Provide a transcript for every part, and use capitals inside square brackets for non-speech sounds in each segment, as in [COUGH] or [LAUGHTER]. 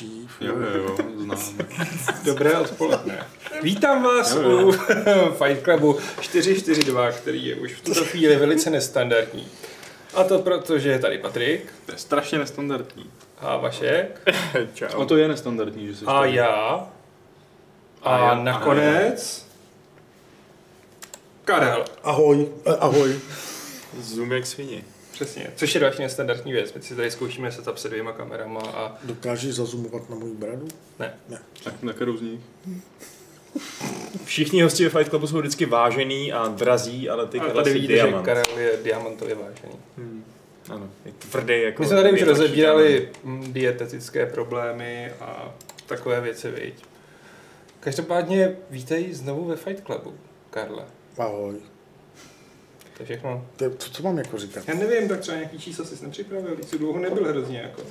Jo, jo, jo, znám. Dobré odpoledne. Vítám vás u [LAUGHS] Fight Clubu 442, který je už v tuto chvíli velice nestandardní. A to proto, že je tady Patrik To je strašně nestandardní. a Vašek O to je nestandardní, že jsi a tady. já a, A já. nakonec Karel. Ahoj, eh, ahoj. Zoom jak svině. Přesně, což je další nestandardní věc. My si tady zkoušíme setup se dvěma kamerama a Dokážeš zazumovat na můj bradu? ne. Tak na kterou z nich? Všichni hosti ve Fight Clubu jsou vždycky vážený a drazí, ale ty Ale Karel tady jsi vidíte, že diamant. Karel je diamantově vážený. Ano, je tvrdý jako... My jsme tady už nejlepší diamant. rozebírali mm, dietetické problémy a takové věci, viď. Každopádně vítej znovu ve Fight Clubu, Karle. Ahoj. To je všechno. To, to, co mám jako říkat? Já nevím, tak třeba nějaký číslo jsi nepřipravil, víc dlouho nebyl hrozně jako.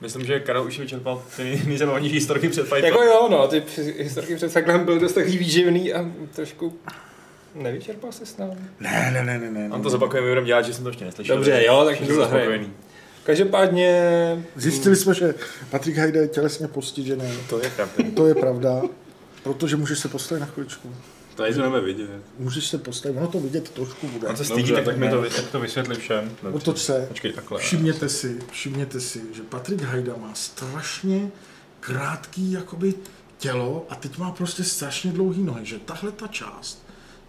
Myslím, že Karel už vyčerpal ty [LAUGHS] nejzabavenější historky před Fight Jako Clubem. jo, no, ty při- historky před Saklem byl dost takový výživný a trošku nevyčerpal se s námi. Ne, ne, ne, ne. ne. On to zopakujeme, budeme dělat, že jsem to ještě neslyšel. Dobře, jo, tak mi to Všichni jsou zahraj. spokojení. Každopádně, Zjistili jsme, že Patrik Hajda je tělesně postižený. To je pravda. To je pravda. Protože můžeš se postavit na chviličku. Tady to nebudeme vidět. Můžeš se postavit, ono to vidět trošku bude. On se Dobře, stydí, tak, tak tak mi ne. No. to, vy- tak to vysvětli všem. Dobře. Otoč se. Počkej, takhle. Všimněte si, všimněte si, že Patrik Hajda má strašně krátký jakoby tělo a teď má prostě strašně dlouhý nohy, že tahle ta část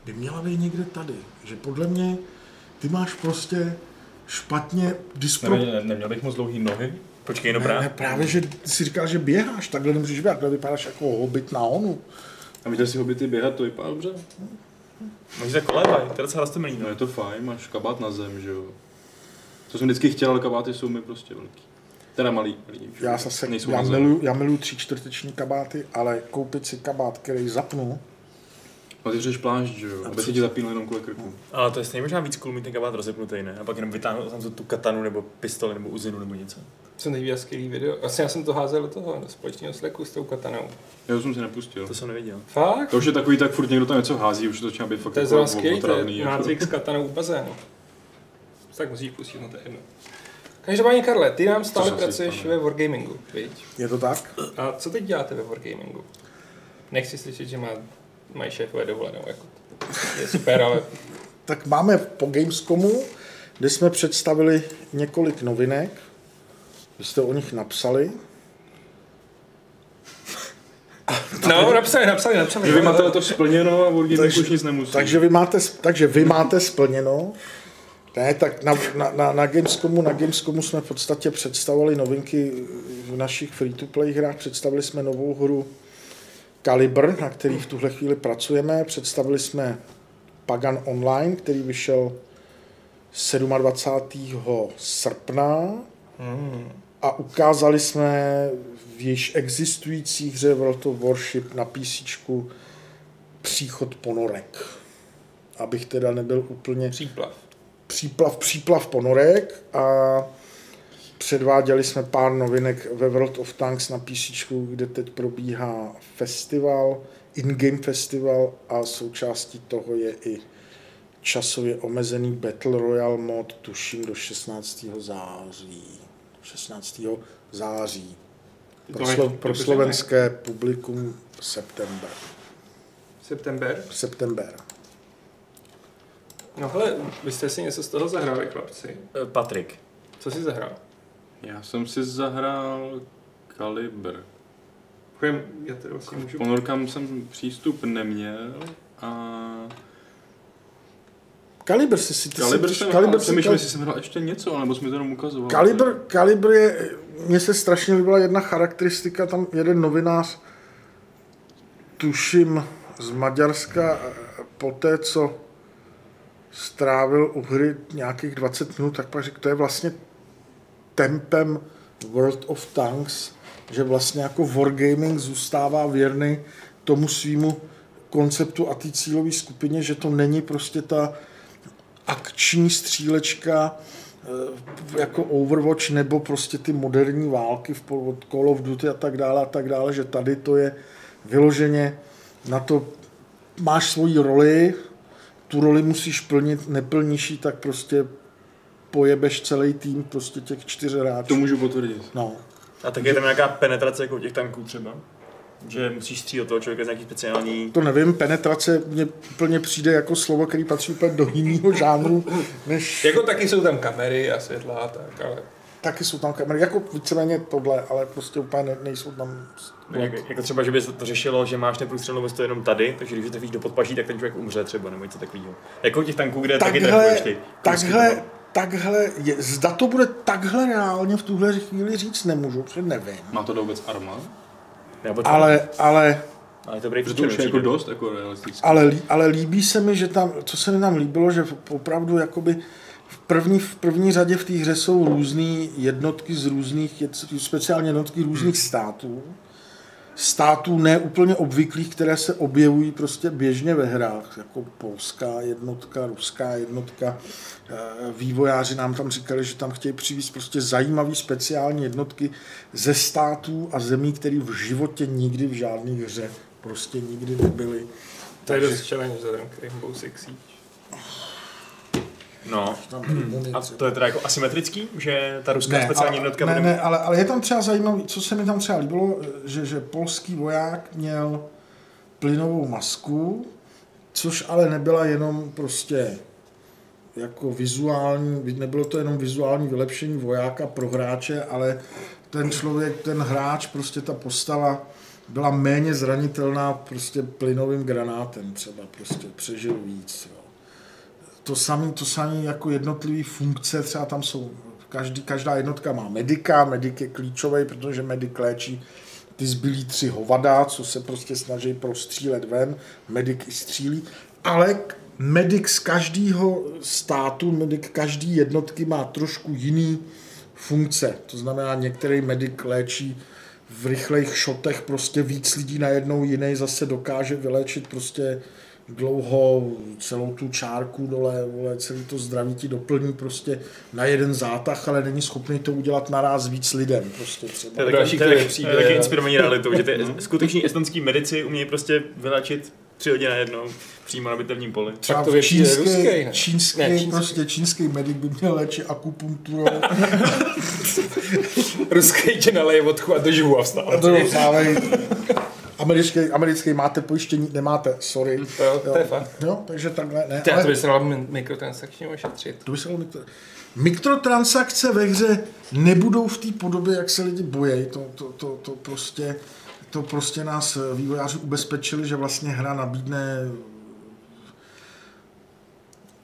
by měla být někde tady, že podle mě ty máš prostě špatně dispro... Neměl, ne- neměl bych moc dlouhý nohy? Počkej, Ne, dobrá. ne, právě, že si říkáš, že běháš, takhle nemůžeš běhat, takhle vypadáš jako hobit na onu. A viděl jsi hobity běhat, to vypadá dobře? Můžeš se kolévaj, to je docela rostomilý, No no. je to fajn, máš kabát na zem, že jo. To jsem vždycky chtěl, ale kabáty jsou mi prostě velký. Teda malý. malý Já zase, nejsou já na zem. miluju, já miluju tři čtvrteční kabáty, ale koupit si kabát, který zapnu, No ty řeš plášť, že jo. Aby se ti zapínal jenom kvůli No. krku. Ale to je stejně možná víc cool mít ten kabát rozepnutý, ne? A pak jenom vytáhnout tam tu katanu nebo pistoli nebo uzinu nebo něco. jsem teď viděl skvělý video. Vlastně já jsem to házel do toho, do společného sleku s tou katanou. Já to jsem si nepustil. To jsem neviděl. Fakt? To už je takový, tak furt někdo tam něco hází, už to začíná být fakt To je jako zrovna skvělý, to otravný, je jako. nácvik s katanou u bazénu. Tak musíš pustit, no to je jedno. Každopádně Karle, ty nám stále zase pracuješ stane? ve Wargamingu, viď? je to tak? A co teď děláte ve Wargamingu? Nechci slyšet, že má, mají šéfové dovolenou, jako je [LAUGHS] super, ale Tak máme po Gamescomu, kde jsme představili několik novinek. Vy jste o nich napsali. no, napsali, napsali, napsali. Že vy máte to splněno a Wargaming Takže- už nic nemusí. Takže vy máte, takže vy máte splněno. Ne, tak na, na, na, na, Gamescomu, na Gamescomu jsme v podstatě představovali novinky v našich free-to-play hrách. Představili jsme novou hru Kalibr, na který v tuhle chvíli pracujeme. Představili jsme Pagan Online, který vyšel 27. srpna. Hmm, A ukázali jsme v již existující hře World of Warship na PC příchod ponorek. Abych teda nebyl úplně Příplav. příplav, příplav ponorek a předváděli jsme pár novinek ve World of Tanks na PC, kde teď probíhá festival, in-game festival a součástí toho je i časově omezený Battle Royale mod, tuším do 16. září. 16. září. Pro, To je- jako- slo- to pro je- slovenské publikum september. September. September. No hele, vy jste si něco z toho zahrali, chlapci. Eh, Patrik. Co jsi zahrál? Já jsem si zahrál Kalibr. Chujem, já to vlastně můžu... Ponorkám jsem přístup neměl a Kalibr si si ty Kalibr si, jsem, kalibr, kalibr si, jsem myšlel, jestli jsem hrál ještě něco, anebo jsi mi to jenom ukazoval. kalibr, kalibr je, mně se strašně líbila jedna charakteristika, tam jeden novinář, tuším z Maďarska, eh, po té, co strávil u hry nějakých 20 minut, tak pak řekl, to je vlastně tempem World of Tanks, že vlastně jako Wargaming zůstává věrný tomu svýmu konceptu a té cílové skupině, že to není prostě ta akční střílečka eh, jako Overwatch nebo prostě ty moderní války v pol- od Call of Duty a tak dále a tak dále, že tady to je vyloženě na to máš svoji roli, tu roli musíš plnit, neplníš ji, tak prostě pojebeš celý tým prostě těch čtyř To hráčů. můžu potvrdit. No. A tak je tam nějaká penetrace jako u těch tanků třeba? Že musíš střílet toho člověka z nějaký speciální... To nevím, penetrace mně úplně přijde jako slovo, který patří úplně do jiného žánru, než Jako taky jsou tam kamery a světla a tak, ale... taky jsou tam kamery, jako víceméně tohle, ale prostě úplně ne, nejsou tam... Jak, jako třeba, že by se to řešilo, že máš neprůstřelnou vestu jenom tady, takže když to víš do podpaží, tak ten člověk umře třeba, nebo něco takového. Jako u těch tanků, kde taky Takhle, trefuješ ty. kousky takhle, toho. takhle, je, zda to bude takhle reálně v tuhle chvíli říct nemůžu, protože nevím. Má to vůbec arma? Nebo to- Ale, ale, ale to dobrý Protože to už je feature, jako určitě. dost jako realistické. ale, lí- ale líbí se mi, že tam, co se mi tam líbilo, že opravdu jakoby v první, v první řadě v té hře jsou různé jednotky z různých, jed- speciálně jednotky různých států. Států neúplně obvyklých, které se objevují prostě běžně ve hrách, jako polská jednotka, ruská jednotka. Eh, Vývojáři nám tam říkali, že tam chtějí přivést prostě zajímavé speciální jednotky ze států a zemí, které v životě nikdy v žádné hře prostě nikdy nebyly. To je dost challenge vzhledem k Rainbow Six Siege. No, Tam a to je teda jako asymetrický, že ta ruská ne, speciální ale, jednotka ne, bude mít- ne, ale, ale je tam třeba zajímavý, co se mi tam třeba líbilo, že, že polský voják měl plynovou masku, což ale nebyla jenom prostě jako vizuální, nebylo to jenom vizuální vylepšení vojáka pro hráče, ale ten člověk, ten hráč, prostě ta postava byla méně zranitelná prostě plynovým granátem třeba, prostě přežil víc. Jo to samé to samý jako jednotlivé funkce, třeba tam jsou, každý, každá jednotka má medika, medik je klíčový, protože medik léčí ty zbylí tři hovada, co se prostě snaží prostřílet ven, medik i střílí, ale k- medik z každého státu, medik každý jednotky má trošku jiný funkce, to znamená některý medik léčí v rychlejch šotech prostě víc lidí najednou, jiný zase dokáže vyléčit prostě dlouho celou tu čárku dole, vole, celý to zdraví ti doplní prostě na jeden zátah, ale není schopný to udělat naraz víc lidem prostě To třeba. je taky, Další, to je, který taky- to přijde. je taky inspirovaný realitou, že ty Mhm. skuteční estonský medici umějí prostě vyléčit tři hodiny najednou přímo na bitevním poli. Třeba Tak to je ruský, čínský, ne? čínský, Ne, čínský. prostě čínský medic by měl léčit [LAUGHS] akupunkturou. Ruský tě naleje vodku a držu a vstává. To jo, dávej. americký, americký máte pojištění, nemáte, sorry. Jo, to je fakt. Jo, takže takhle ne. Já ale- to by se dalo mi- mikrotransakčně ošetřit. To by se dalo mikro... Mikrotransakce ve hře nebudou v té podobě, jak se lidi bojejí. To, to, to, to, prostě, to prostě nás eh, vývojáři ubezpečili, že vlastně hra nabídne...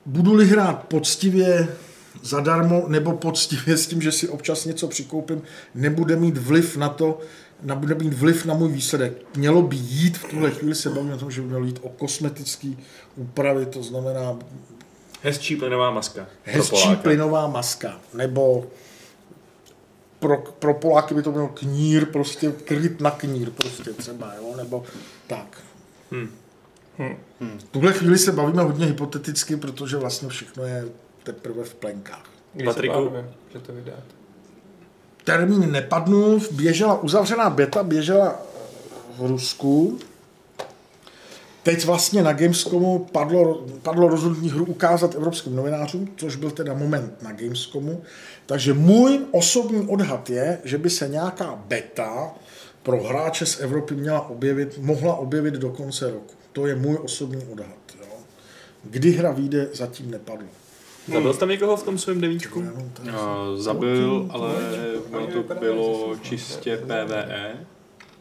Budu-li hrát poctivě zadarmo nebo poctivě s tím, že si občas něco přikoupím, nebude mít vliv na to, na- bude mít vliv na můj výsledek. Mělo by jít, v tuhle chvíli se bavíme o tom, že by mělo jít o kosmetický úpravy, to znamená Hezčí plynová maska. pro Hezčí Poláka. plynová maska, nebo pro, pro Poláky by to byl knír, prostě kryt na knír prostě třeba, jo, nebo tak. Hm. Hmm. V tuhle chvíli se bavíme hodně hypoteticky, protože vlastně všechno je teprve v plenkách. Když Patriku. se plánuje, že to vydat. Termín nepadnul, běžela uzavřená beta, běžela v Rusku. Teď vlastně na Gamescomu padlo, padlo rozhodnutí hru ukázat evropským novinářům, což byl teda moment na Gamescomu. Takže můj osobní odhad je, že by se nějaká beta pro hráče z Evropy měla objevit, mohla objevit do konce roku. To je můj osobní odhad. Jo. Kdy hra vyjde, zatím nepadlo. Zabil jsi tam někoho v tom svém devíčku? A Zabil, ale ono to bylo čistě PvE.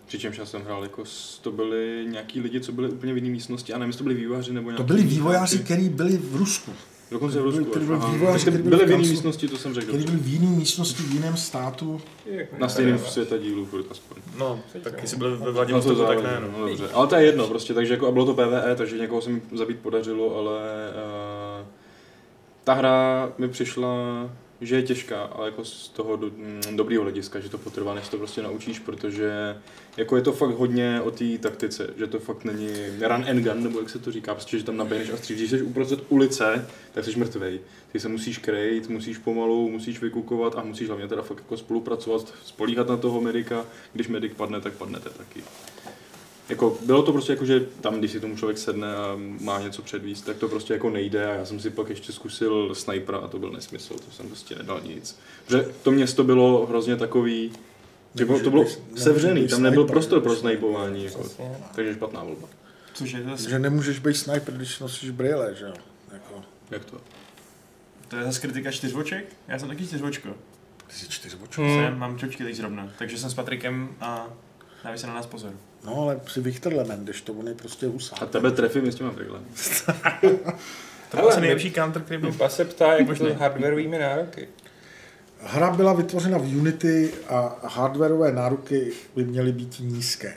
Přičemž já jsem hrál jako, s- to byli nějaký lidi, co byli úplně v jiné místnosti, a nevím, jestli to byli vývojáři nebo nějaký. To byli vývojáři, kteří byli v Rusku. Dokonce to v byli- Rusku. to až, byli aha. vývojáři, Tak kteří byli byli v v jiné kanclu. místnosti, to jsem řekl. který byl v jiné místnosti, v jiném státu. Na stejném světa dílu, furt aspoň. No, tak jestli byl ve No to Vladivostoku, tak ne. No. no, dobře. Ale to je jedno prostě, takže jako a bylo to PvE, takže někoho se mi zabít podařilo, ale uh, ta hra mi přišla, že je těžká, ale jako z toho do, mm, dobrýho hlediska, že to potrvá, než to prostě naučíš, protože jako je to fakt hodně o té taktice, že to fakt není run and gun, nebo jak se to říká, prostě, že tam naběhneš a střílíš, když jsi uprostřed ulice, tak jsi mrtvej. Ty se musíš krejt, musíš pomalu, musíš vykukovat a musíš hlavně teda fakt jako spolupracovat, spolíhat na toho medika, když medic padne, tak padnete taky. Jako, bylo to prostě jako, že tam, když si tomu člověk sedne a má něco předvíst, tak to prostě jako nejde a já jsem si pak ještě zkusil snipera a to byl nesmysl, to jsem prostě nedal nic. Protože to město bylo hrozně takový, Jako to bylo sevřený, tam nebyl prostor pro snajpování. prostě- Jako. Takže špatná volba. Což je zase Že nemůžeš být sniper, když nosíš brýle, že jo? Jako, Jak to? To je zase kritika čtyřvoček. Já jsem taky čtyřvočko. ty jsi čtyřboček. Hmm. Hmm. Jsem, mám čočky teď zrovna. Takže jsem s Patrikem a dávají se na nás pozor. No ale si Viktorlemem, když to on je prostě A husák. tebe trefím s těma brýlem. To Hele, byl asi my- nejlepší counter, který byl. Lupa se ptá, jak to hardwareovými nároky. Hra byla vytvořena v Unity a hardwareové náruky by měly být nízké.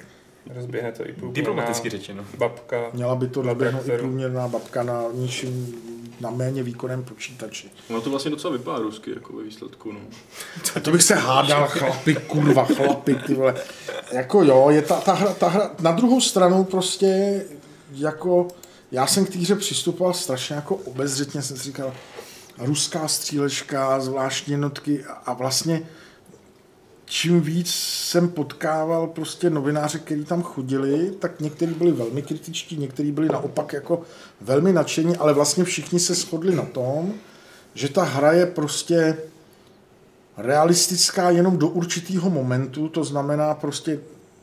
Rozběhne to i půl. Diplomaticky řečeno. Babka. Měla by to naběhnout i charakteru. průměrná babka na nižším, na méně výkonném počítači. Ono to vlastně docela vypadá rusky, jako ve výsledku, no. A to bych se hádal, chlapi, kurva, chlapi, ty vole. Jako jo, je ta, ta, hra, ta hra, na druhou stranu prostě, jako, já jsem k té hře přistupoval strašně jako obezřetně, jsem si říkal, ruská střílečka, zvláštní jednotky a, a vlastně čím víc jsem potkával prostě novináře, kteří tam chodili, tak někteří byli velmi kritičtí, někteří byli naopak jako velmi nadšení, ale vlastně všichni se shodli na tom, že ta hra je prostě realistická jenom do určitého momentu, to znamená prostě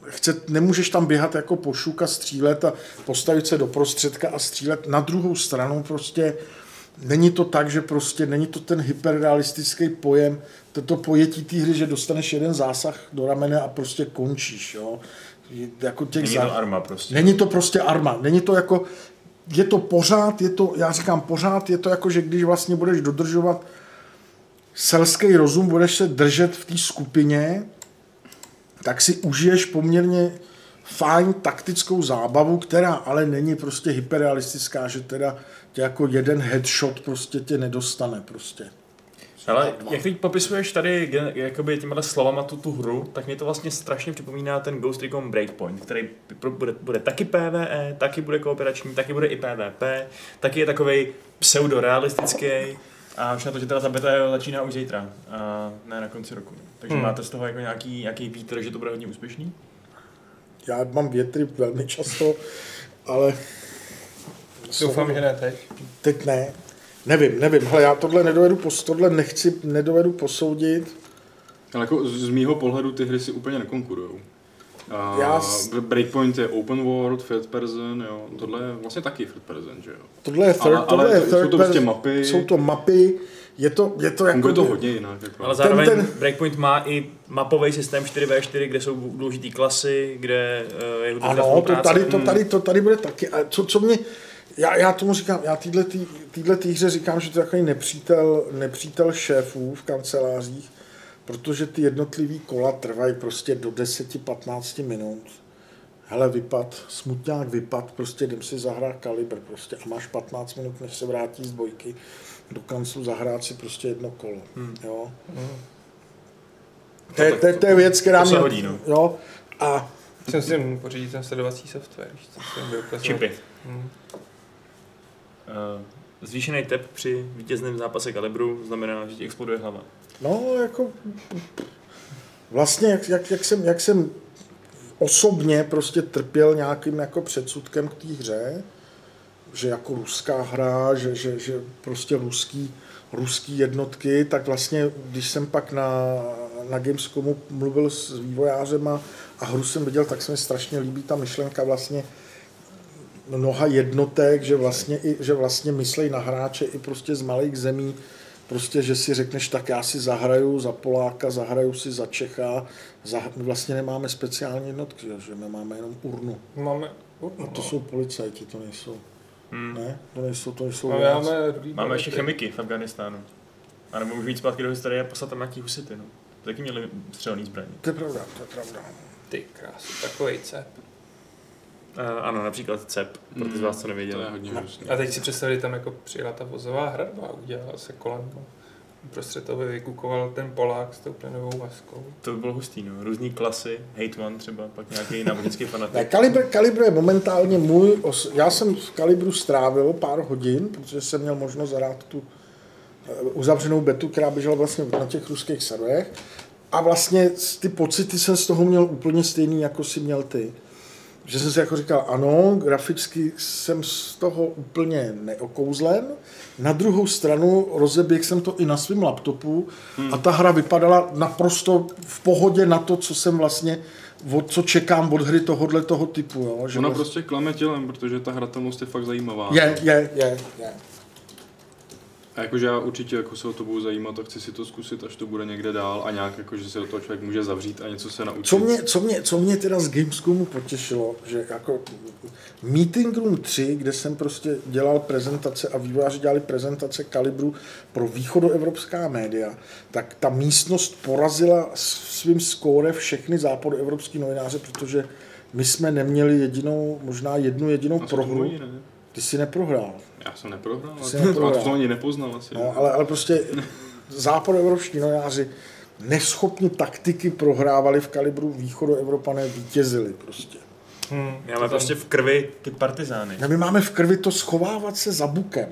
chce, nemůžeš tam běhat jako pošuk a střílet a postavit se do prostředka a střílet. Na druhou stranu prostě není to tak, že prostě není to ten hyperrealistický pojem, toto pojetí té hry, že dostaneš jeden zásah do ramene a prostě končíš. Jo? Je- Jako těch Není zá- to arma prostě. Není to prostě arma, není to jako, je to pořád, je to, já říkám pořád, je to jako, že když vlastně budeš dodržovat selský rozum, budeš se držet v té skupině, tak si užiješ poměrně fajn taktickou zábavu, která ale není prostě hyperrealistická, že teda tě jako jeden headshot prostě tě nedostane prostě. Ale jak teď popisuješ tady gen- jakoby těmhle slovama tu, tu hru, tak mě to vlastně strašně připomíná ten Ghost Recon Breakpoint, který pro- bude, bude taky PvE, taky bude kooperační, taky bude i PvP, taky je takovej pseudorealistický a už na to, že teda ta beta začíná už zítra, a ne na konci roku. Takže Hmm. hmm. máte z toho jako nějaký, nějaký vítr, že to bude hodně úspěšný? Já mám větry velmi často, ale... Doufám, že ne teď. Teď ne. Nevím, nevím. Hele, já tohle nedovedu, pos, tohle nechci, nedovedu posoudit. Ale jako z, z mýho pohledu ty hry si úplně nekonkurujou. A Já s- Breakpoint je open world, third person, jo. Tohle je vlastně taky third person, že jo. Tohle je third, Ale- ale tohle je jsou third to prostě person- mapy. Jsou to mapy. Je to, je to jako... Funguje to hodně jinak, jako. No, Ale zároveň ten- ten, ten... Breakpoint má i mapový systém 4v4, kde jsou důležité klasy, kde eh, je důležitá Ano, to spolupráce. tady, to Hmm. tady, to tady bude taky. A co, co mě, já, já tomu říkám, já týhle, tý, týhle tý hře říkám, že to je takový nepřítel, nepřítel šéfů v kancelářích, protože ty jednotlivý kola trvají prostě do 10-15 minut. Hele, vypad, smutňák vypad, prostě jdem si zahrát kalibr prostě a máš 15 minut, než se vrátí z bojky do kanclu zahrát si prostě jedno kolo. Hmm. Jo? To, je, to, je, to je věc, která No To se mě- hodí, no. jo? A Jsem si jen pořídit ten sledovací software, když to jsem byl ukazovat. Čipy. Hmm. Eh, Zvýšený tep při vítězném zápase kalibru znamená, že ti exploduje hlava. No, jako... Vlastně, jak, jak, jak, jsem, jak jsem osobně prostě trpěl nějakým jako předsudkem k té hře, že jako ruská hra, že, že, že prostě ruský, ruský jednotky, tak vlastně, když jsem pak na, na Gamescomu mluvil s vývojářem a, a hru jsem viděl, tak se mi strašně líbí ta myšlenka vlastně mnoha jednotek, že vlastně, i, že vlastně myslej na hráče i prostě z malých zemí, prostě, že si řekneš, tak já si zahraju za Poláka, zahraju si za Čecha, za, my vlastně nemáme speciální jednotky, že my máme jenom urnu. Máme... No A No. to jsou policajti, to nejsou. Hmm. Ne, to nejsou, to nejsou. Máme, vojáci. máme, Máme ještě chemiky v Afganistánu. A nebo můžu jít zpátky do historie a poslat tam nějaký husity, no. Taky měli střelný zbraně. To je pravda, to je pravda. Ty krásu, takovej cep. Uh, ano, například CEP, pro ty z vás, co Mm, nevěděli. To je No, hodně hnusný. A teď si představili, tam jako přijela ta vozová hradba a udělala se kolem. no. Uprostřed toho vykukoval ten Polák s tou plenovou maskou. To by bylo hustý, no. Různý klasy, hejtman třeba, pak nějaký náboženský [LAUGHS] Ne, fanatik. Kalibr, Kalibr je momentálně můj, os... já jsem v Kalibru strávil pár hodin, protože jsem měl možnost zahrát tu eh, uzavřenou betu, která běžela vlastně na těch ruských serverech. A vlastně s- ty pocity jsem z toho měl úplně stejný, jako si měl ty. že jsem si jako říkal, ano, graficky jsem z toho úplně neokouzlen. Na druhou stranu rozeběhl jsem to i na svém laptopu hmm. a ta hra vypadala naprosto v pohodě na to, co jsem vlastně, od, co čekám od hry tohohle toho typu. Jo? Že Že Ona vlastně- prostě klame tělem, protože ta hratelnost je fakt zajímavá. Je, je, je, je. A jakože já určitě jako se o to budu zajímat a chci si to zkusit, až to bude někde dál a nějak jako, jakože se do toho člověk může zavřít a něco se naučit. Co mě, co, mě, co mě teda z Gamescomu potěšilo, že jako Meeting Room 3, kde jsem prostě dělal prezentace a vývojáři dělali prezentace kalibru pro východoevropská média, tak ta místnost porazila s- svým skóre všechny západoevropský novináře, protože my jsme neměli jedinou, možná jednu jedinou A co tomu prohru. ani ne? Ty si neprohrál. Já jsem neprohrál, ale jsi to- neprohrál. ale to ani nepoznal asi. No, ale, ale prostě západoevropští novináři neschopni taktiky prohrávali v kalibru východoevropané vítězili prostě. Hmm. Já mám prostě v krvi ty partizány. A my máme v krvi to schovávat se za bukem.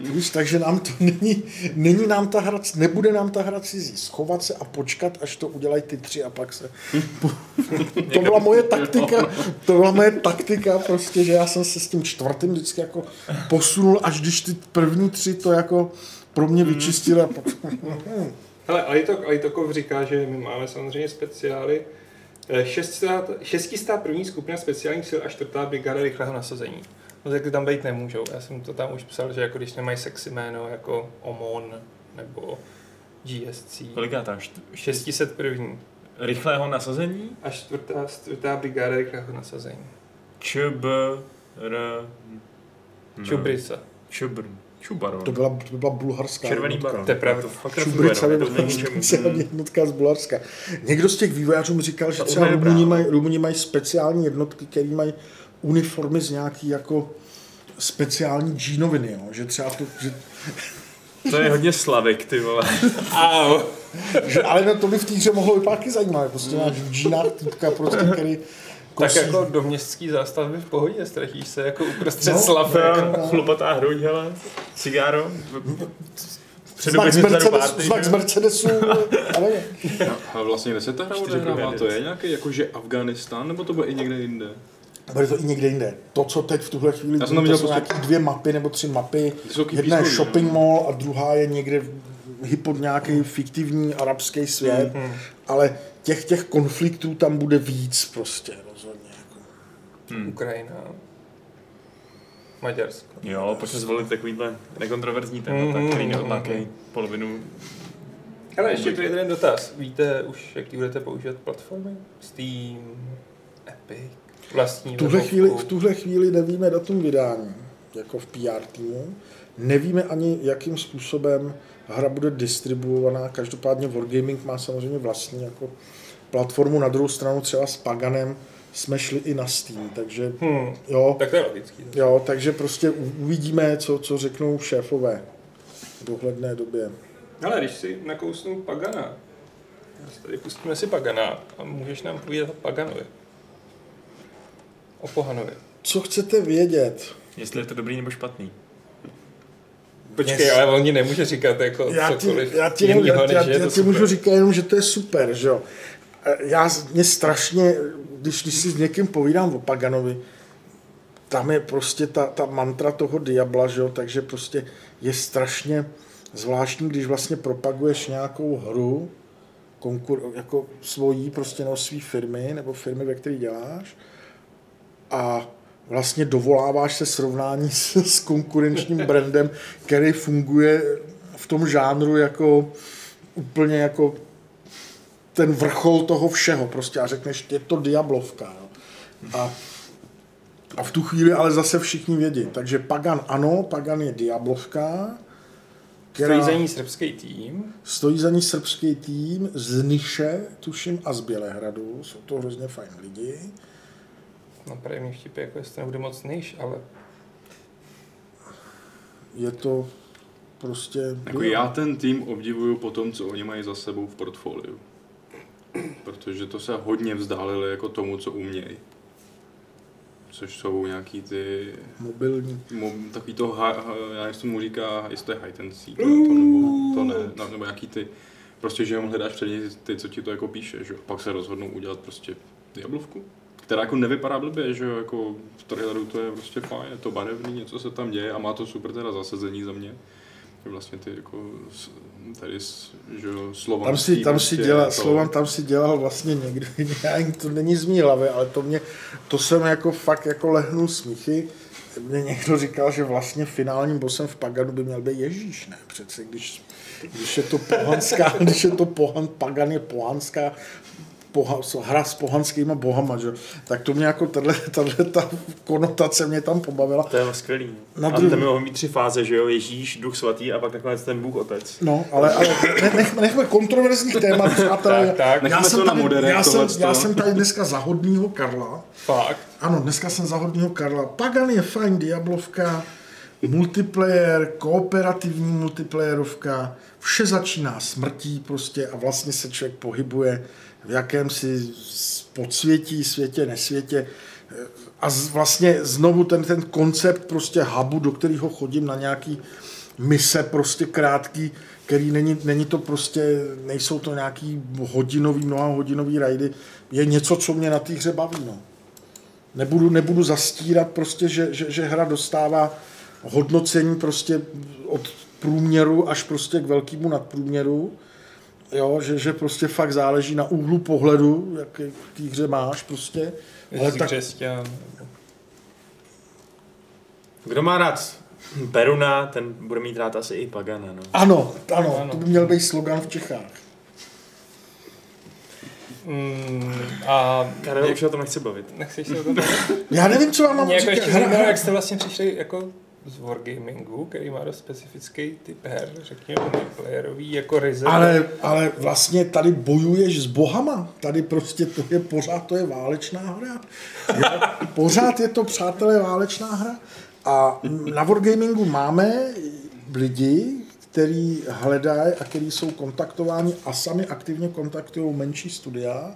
Víš, takže nám to [LAUGHS] není, není nám ta hra, nebude nám ta hra cizí. Schovat se a počkat, až to udělají ty tři a pak se... to byla moje taktika, to byla moje taktika prostě, že já jsem se s tím čtvrtým vždycky jako posunul, až když ty první tři to jako pro mě vyčistili. A pak- Hele, Ajtok, Ajtokov říká, že my máme samozřejmě speciály. Eh, šestá- šestistá první skupina speciálních sil a čtvrtá brigáda rychlého nasazení. No tak ty tam být nemůžou. Já jsem to tam už psal, že jako když nemají sexy jméno jako OMON nebo GSC. Kolikátá? Št- 601. Rychlého nasazení? A čtvrtá, čtvrtá brigáda rychlého nasazení. ČB... R... no. Čubrica. Čubr. Čubaron. To byla, to byla bulharská Červený jednotka. baron. To je pravda. To fakt nefunguje, Čubrica no, je to není [LAUGHS] čemu. speciální jednotka z Bulharska. Někdo z těch vývojářů mi říkal, že Ta třeba Unie je no. Rumuni brá. mají, Rumuni mají speciální jednotky, které mají uniformy z nějaký jako speciální džínoviny, jo? že třeba to, že, To je hodně slavek, ty vole. Au. že, ale no, to by v té hře mohlo vypadat taky zajímavé, prostě máš v džínách týpka prostě, [LAUGHS] který Tak kosí. jako do městský zástavby v pohodě, strašíš se jako uprostřed No. no, slavek. [LAUGHS] Chlupatá hruď, hele. Cigáro. znak, z Předobědně tady Mercedesu, párty, znak z že? [LAUGHS] Mercedesu, ale ne. A vlastně kde se ta hra Čtyři odehrává? brigády. To je nějaký jakože Afganistán, nebo to bude i někde jinde? Bude to i někde jinde. To, co teď v tuhle chvíli, Já jsem to tam viděl jsou prostě- nějaký dvě mapy nebo tři mapy. Ty jsou takový no. Jedna je pískový, shopping ne? mall a druhá je někde v- hypod Hmm. nějaký fiktivní arabský svět. Ale těch těch konfliktů tam bude víc prostě rozhodně. jako. Ukrajina. Maďarsko. Jo, pojďme zvolit takovýhle nekontroverzní téma, Mhm, tak který mhm, neodlákají polovinu. Ale ještě tu jeden dotaz. Víte už, jaký budete používat platformy? Steam, Epic, vlastní V tuhle, webovku? chvíli, v tuhle chvíli nevíme datum vydání, jako v PR týmu. Nevíme ani, jakým způsobem hra bude distribuovaná. Každopádně Wargaming má samozřejmě vlastní jako platformu. Na druhou stranu třeba s Paganem jsme šli i na Steam, Hm. takže Hmm. jo, Tak to je logický. jo takže prostě u- uvidíme, co, co řeknou šéfové v dohledné době. Ale když si nakousnu Pagana, já si tady pustíme si Pagana a můžeš nám povídat o Paganovi. O Pohanovi. Co chcete vědět? Jestli je to dobrý nebo špatný. Počkej, ale on ti nemůže říkat jako já ti, cokoliv já ti, jinýho, já, než já, že je já to ti můžu super. říkat jenom, že to je super, že jo. E, Já z- mě strašně, když, když si s někým povídám o Paganovi, tam je prostě ta, ta mantra toho Diabla, že jo, takže prostě je strašně zvláštní, když vlastně propaguješ nějakou hru, konkur, jako svojí prostě nebo svý firmy, nebo firmy, ve které děláš a vlastně dovoláváš se srovnání [LAUGHS] s, s konkurenčním brandem, který funguje v tom žánru jako úplně jako ten vrchol toho všeho prostě a řekneš, je to Diablovka. Jo. A, a v tu chvíli ale zase všichni vědí. Takže Pagan ano, Pagan je Diablovka, Stojí za ní srbský tým. Stojí za ní srbský tým z Niše, tuším, a z Bělehradu. Jsou to hrozně fajn lidi. Napadá mi vtip, jako jestli to nebude moc nejš, ale Je to prostě... Jako já ten tým obdivuju po tom, co oni mají za sebou v portfoliu. Protože to se hodně vzdálili jako tomu, co umějí. Což jsou nějaký ty... Mobilní. Mo, takový to, ha, ha, já nevím, co mu říká, jestli to je hide and seek, nebo to, nebo, to ne, no, nebo nějaký ty... Prostě, že jenom hledáš před něj ty, co ti to jako píše, že? jo. Pak se rozhodnou udělat prostě Diablovku, která jako nevypadá blbě, že jo, jako v traileru to je prostě fajn, je to barevný, něco se tam děje a má to super teda zasazení za mě. Že Vlastně ty jako s- tady, s- že jo, Slovan. Tam s si, tím tam si prostě dělal, to- Slovan tam si dělal vlastně někdy, [LAUGHS] já ani to není z mý hlavy, ale to mě, to jsem jako fakt jako lehnul smíchy. Mě někdo říkal, že vlastně finálním bosem v Paganu by měl být Ježíš, ne přece, když, když je to pohanská, [LAUGHS] když je to pohan, Pagan je pohanská, poha, hra s pohanskýma bohama, že? jo. tak to mě jako tato, tato, ta konotace mě tam pobavila. To je skvělý. Na Na druhou- a tam mohou mít tři fáze, že jo? Ježíš, Duch Svatý a pak nakonec ten Bůh Otec. No, ale, ale ne- nech, nechme kontroverzních témat, přátelé. Tak, tak, já, nechme jsem to na tady, moderech, já, jsem, tohleto. já jsem tady dneska za hodnýho Karla. Fakt. Ano, dneska jsem za hodnýho Karla. Pagan je fajn Diablovka, multiplayer, kooperativní multiplayerovka, vše začíná smrtí prostě a vlastně se člověk pohybuje v jakémsi s- podsvětí, světě, nesvětě. Eh, A z, vlastně znovu ten, ten koncept prostě hubu, do kterého chodím na nějaký mise prostě krátký, který není, není to prostě, nejsou to nějaký hodinový, mnoha hodinový rajdy, je něco, co mě na té hře baví. No. Nebudu, nebudu zastírat prostě, že, že, že hra dostává hodnocení prostě od průměru až prostě k velkému nadprůměru. Jo, že, že prostě fakt záleží na úhlu pohledu, jaký v té hře máš prostě. Ale tak, křesťan. Kdo má rád Peruna, ten bude mít rád asi i Pagana, no. ano, ano, Ano. to by měl být slogan v Čechách. Mm, a Karel už o tom nechce bavit. nechceš se o [LAUGHS] tom Já nevím, co vám mám Mě jako říkat. ještě zajímalo, Hra, jak jste vlastně přišli jako z Wargamingu, který má dost specifický typ her, řekněme, multiplayerový, jako ryze. ale, ale vlastně tady bojuješ s bohama. Tady prostě to je pořád, to je válečná hra. Jo, pořád je to, přátelé, válečná hra. A na Wargamingu máme lidi, který hledají a který jsou kontaktováni a sami aktivně kontaktují menší studia.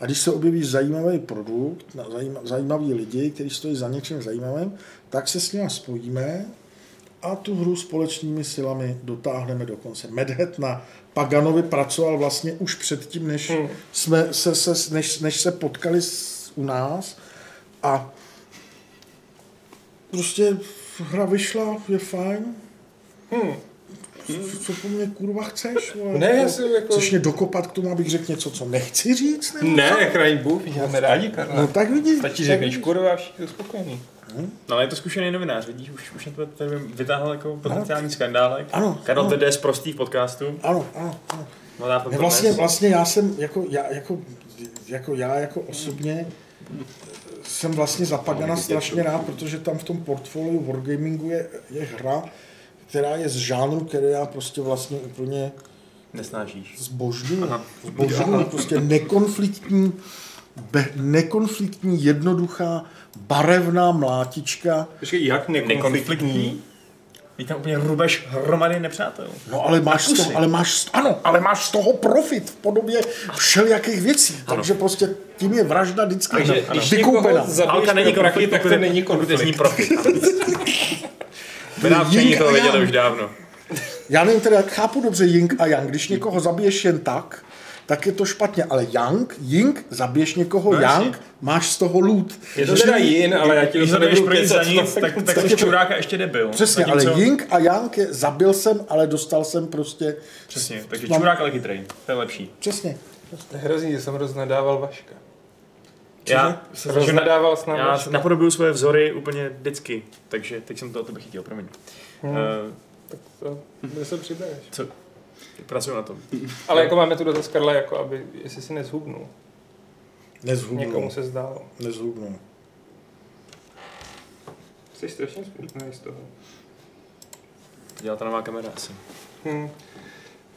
A když se objeví zajímavý produkt, na- zajím- zajímaví lidi, kteří stojí za něčím zajímavým, tak se s nimi spojíme a tu hru společnými silami dotáhneme do konce. Medhet na Paganovi pracoval vlastně už předtím, než, Hmm. jsme se, se, než, než se potkali s, u nás a prostě hra vyšla, je fajn. Hmm. Co- Co po mně kurva chceš? vole? Ne, já si jako- Hmm. Chceš mě dokopat k tomu, abych řekl něco, co nechci říct? Nebo Ne, chraň Bůh, máme rádi co? Karla. No tak vidíš. Stačí tak řekneš vidíš. kurva a všichni jsou spokojení. No ale je to zkušený novinář, vidíš, už, už na to tady vytáhl jako potenciální skandálek. Ano, Karel ano. TD z prostých podcastů. Ano, ano, ano. Mladá Ne, fotografie. vlastně, vlastně já jsem, jako já, jako, jako já jako osobně jsem vlastně zapagana strašně rád, protože tam v tom portfoliu Wargamingu je, je hra, která je z žánru, který já prostě vlastně úplně Nesnášíš. zbožňuju. Zbožňuju prostě nekonfliktní, be, nekonfliktní, jednoduchá, barevná mlátička, Počkej, jak Nekonfliktní. Víš tam úplně rubeš hromady nepřátel. No ale máš, z toho, ale, máš, z- ano, ale máš z toho profit v podobě všelijakých věcí. Ano. Takže prostě tím je vražda vždycky Takže ano, když vykoupená. někoho zabiješ jako Alka není pro prachy, konflikt, tak to není Zní konflikt. profit. [LAUGHS] Vynápření Ying a to yang. věděli už dávno. Já nevím teda, jak chápu dobře Ying a Yang. Když někoho zabiješ jen tak, tak je to špatně. Ale Yang, Ying, zabiješ někoho No no, jasně. Yang, máš z toho loot. Je to teda jin, ale já ti Když to to nejdeš nebudu projít za kecat. nic, tak, tak jsi čurák a ještě debil. Přesně, ale Zatímco- Ying a Yang je, zabil jsem, ale dostal jsem prostě... Přesně, takže Mám- čurák ale chytrý, to je lepší. Přesně. To je hrozný, že jsem roznadával Vaška. Já Jsem Roznadával s námi já Vaška. napodobuju svoje vzory úplně vždycky, takže teď jsem to od tebe chytil, promiň. Hmm. Eh, Tak to, kde se přibereš. co? Pracuju na tom. Ale jako máme tu dotaz Karla, jako aby, jestli si nezhubnul. Někomu Nezhubnu. se zdálo. Nezhubnu. Jsi strašně smutný z toho. Dělá ta nová kamera asi. Hmm.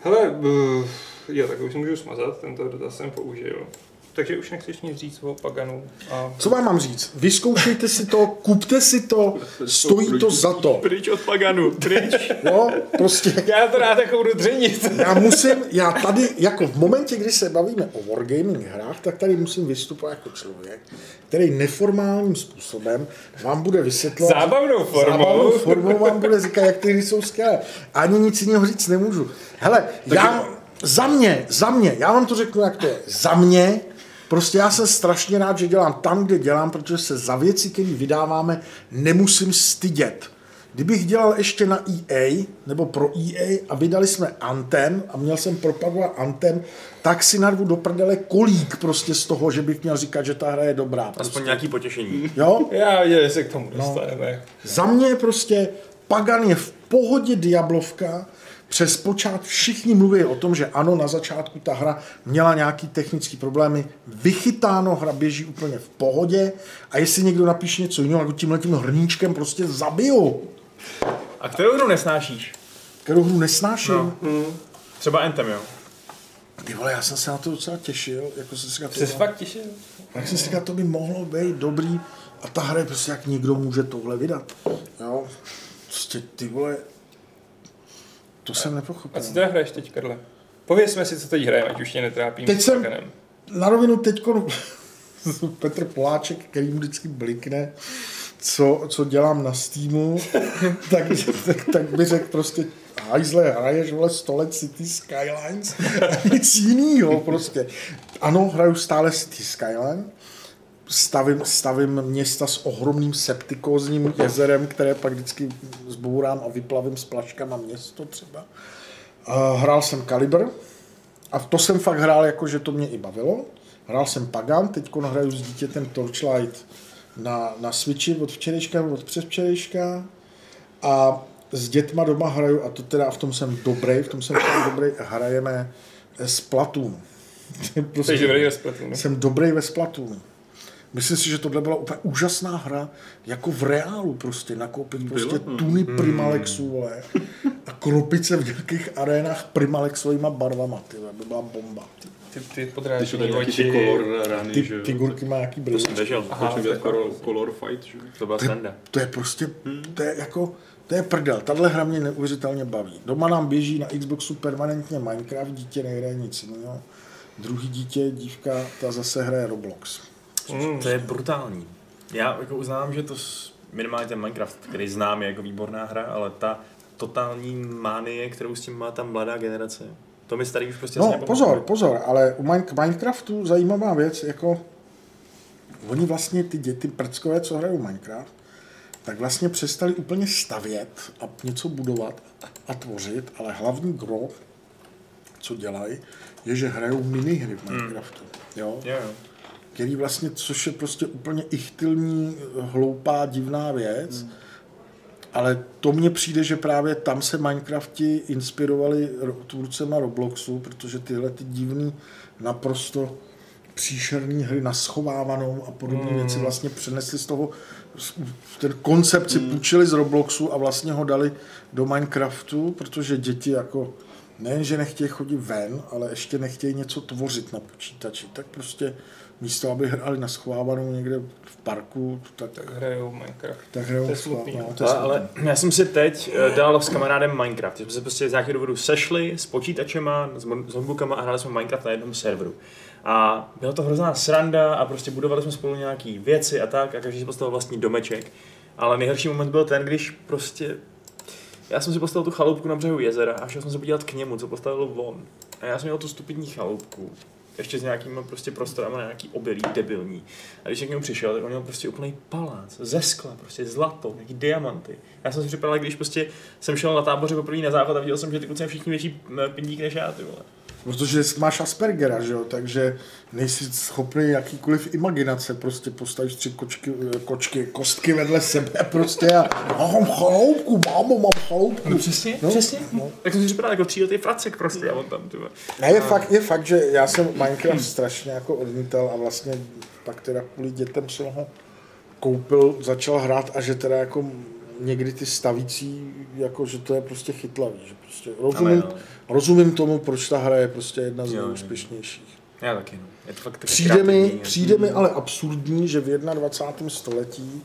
Hele, uh, jo, tak už můžu smazat, tento dotaz jsem použil. Takže už nechceš nic říct o Paganu. A... Co vám mám říct? Vyzkoušejte si to, kupte si to, stojí to za to. Pryč od Paganu, pryč. Jo, prostě Já to rád jako budu dřenit. já musím, já tady, jako v momentě, kdy se bavíme o wargaming hrách, tak tady musím vystupovat jako člověk, který neformálním způsobem vám bude vysvětlovat... Zábavnou formou. Zábavnou formou vám bude říkat, jak ty hry jsou skvělé. Ani nic jiného říct nemůžu. Hele, já, za mě, za mě, já vám to řeknu, jak to je. Za mě Prostě já jsem strašně rád, že dělám tam, kde dělám, protože se za věci, které vydáváme, nemusím stydět. Kdybych dělal ještě na EA nebo pro EA a vydali jsme Antem a měl jsem propagovat Antem, tak si narvu do prdele kolík prostě z toho, že bych měl říkat, že ta hra je dobrá. Prostě. Aspoň nějaký potěšení. Jo? Já viděl, že se k tomu dostaneme. Za mě je prostě Pagan je v pohodě Diablovka, přes počát všichni mluví o tom, že ano, na začátku ta hra měla nějaký technické problémy, vychytáno, hra běží úplně v pohodě a jestli někdo napíše něco jiného, jako tímhle tím hrníčkem prostě zabiju, A kterou hru nesnášíš? kterou hru nesnáším. No. Třeba Anthem, jo? Ty vole, já jsem se na to docela těšil, jako jsem si říkal, Jsi to, se fakt těšil? jak jsem si říkal, to by mohlo být dobrý a ta hra je prostě, jak někdo může tohle vydat. Jo, prostě ty vole, to jsem A nepochopil. co teda hraješ teď, Karle? Povězme si, co teď hrajeme, ať už tě netrápím. Teď s jsem- Paganem. Na rovinu teď [LAUGHS] Petr Poláček, který mu vždycky blikne, co, co dělám na Steamu, [LAUGHS] tak, tak, tak by řekl prostě hajzle, hraješ vole 100 let City Skylines [LAUGHS] a nic jinýho prostě. Ano, hraju stále City Skyline, stavím, stavím města s ohromným septikózním jezerem, které pak vždycky zbourám a vyplavím s plaškama město třeba. Eh, Hrál jsem Kalibr, a to jsem fakt hrál, jako že to mě i bavilo. Hrál jsem Pagan, teď hraju s dítětem Torchlight na, na Switchi od včerejška nebo od převčerejška. A s dětma doma hraju, a to teda a v tom jsem dobrý, v tom jsem fakt dobrý, hrajeme s [LAUGHS] Prostě- Platům. Jsi dobrý ve splatu, no? Jsem dobrý ve Splatoonu. Myslím si, že tohle byla úplně úžasná hra, jako v reálu prostě, nakoupit prostě tuny Primalexů, vole, a kropit se v nějakých arénách Primalexovýma barvama, ty vole, by byla bomba. Ty, Ty, [LAUGHS] ty Když jsou podráží tady nějaký oči. ty kolor rány, ty že jo. figurky má nějaký To brýle. jsem držel. Aha, dělat kolor, kolor fight, že jo. To byla sranda. To je prostě, to je jako, to je prdel. Tahle hra mě neuvěřitelně baví. Doma nám běží na Xboxu permanentně Minecraft, dítě nehraje nic jiného. Druhý dítě, dívka, ta zase hraje Roblox. Hmm, To je brutální. Já jako uznám, že to s- minimálně ten Minecraft, který znám je jako výborná hra, ale ta totální manie, kterou s tím má ta mladá generace. To mi starý už prostě No, asi nepamatuje. pozor, pozor, ale u Mine- Minecraftu zajímavá věc, jako oni vlastně ty děti prckové, co hrajou Minecraft, tak vlastně přestali úplně stavět a něco budovat a tvořit, ale hlavní gro, co dělají, je, že hrajou minihry v Minecraftu. Hmm. Jo? Jo, jo. který vlastně, což je prostě úplně ichtilní, hloupá, divná věc, hmm. ale to mně přijde, že právě tam se Minecrafti inspirovali ro- tvůrcema Robloxu, protože tyhle ty divný, naprosto příšerný hry na schovávanou a podobné hmm. věci vlastně přenesli z toho, z- ten koncept Hmm. si půjčili z Robloxu a vlastně ho dali do Minecraftu, protože děti jako nejen, že nechtějí chodit ven, ale ještě nechtějí něco tvořit na počítači, tak prostě místo, aby hráli na schovávanou někde v parku, tak, Tak hrajou Minecraft. tak hrajou To je na schvá- smutný. no, to je Ale, smutný. ale já jsem si teď eh, dal s kamarádem Minecraft. Jsme se prostě z nějakého důvodu sešli s počítačema, s mon- s notebookama a hráli jsme Minecraft na jednom serveru. A byla to hrozná sranda a prostě budovali jsme spolu nějaký věci a tak a každý si postavil vlastní domeček. Ale nejhorší moment byl ten, když prostě já jsem si postavil tu chaloupku na břehu jezera a šel jsem se podívat k němu, co postavil on. A já jsem měl tu stupidní chaloupku, ještě s nějakým prostě prostorama na nějaký obilí debilní. A když jsem k němu přišel, tak on měl prostě úplný palác, ze skla, prostě zlato, nějaký diamanty. Já jsem si připadal, když prostě jsem šel na táboře poprvé na záchod a viděl jsem, že ty kluci mají všichni větší m, pindík než já, ty vole. Protože máš Aspergera, že jo, takže nejsi schopný jakýkoliv imaginace, prostě postavíš tři kočky, eh, kočky, kostky vedle sebe prostě a mám chaloupku, mámo, mám chaloupku. přesně, No, přesně. no. Tak jsem si připadal jako tříletý fracek prostě a on tam, ty vole. Ne, je, fakt, je fakt, že já jsem Minecraft strašně jako odmítal a vlastně pak teda kvůli dětem jsem ho koupil, začal hrát a že teda jako někdy ty stavící, jako že to je prostě chytlavý, že prostě rozumím, Ale rozumím tomu, proč ta hra je prostě jedna z Jo, jo. nejúspěšnějších. Já taky, no. Je to fakt tak Přijde mi, kreativní. přijde mi ale absurdní, že v 21. století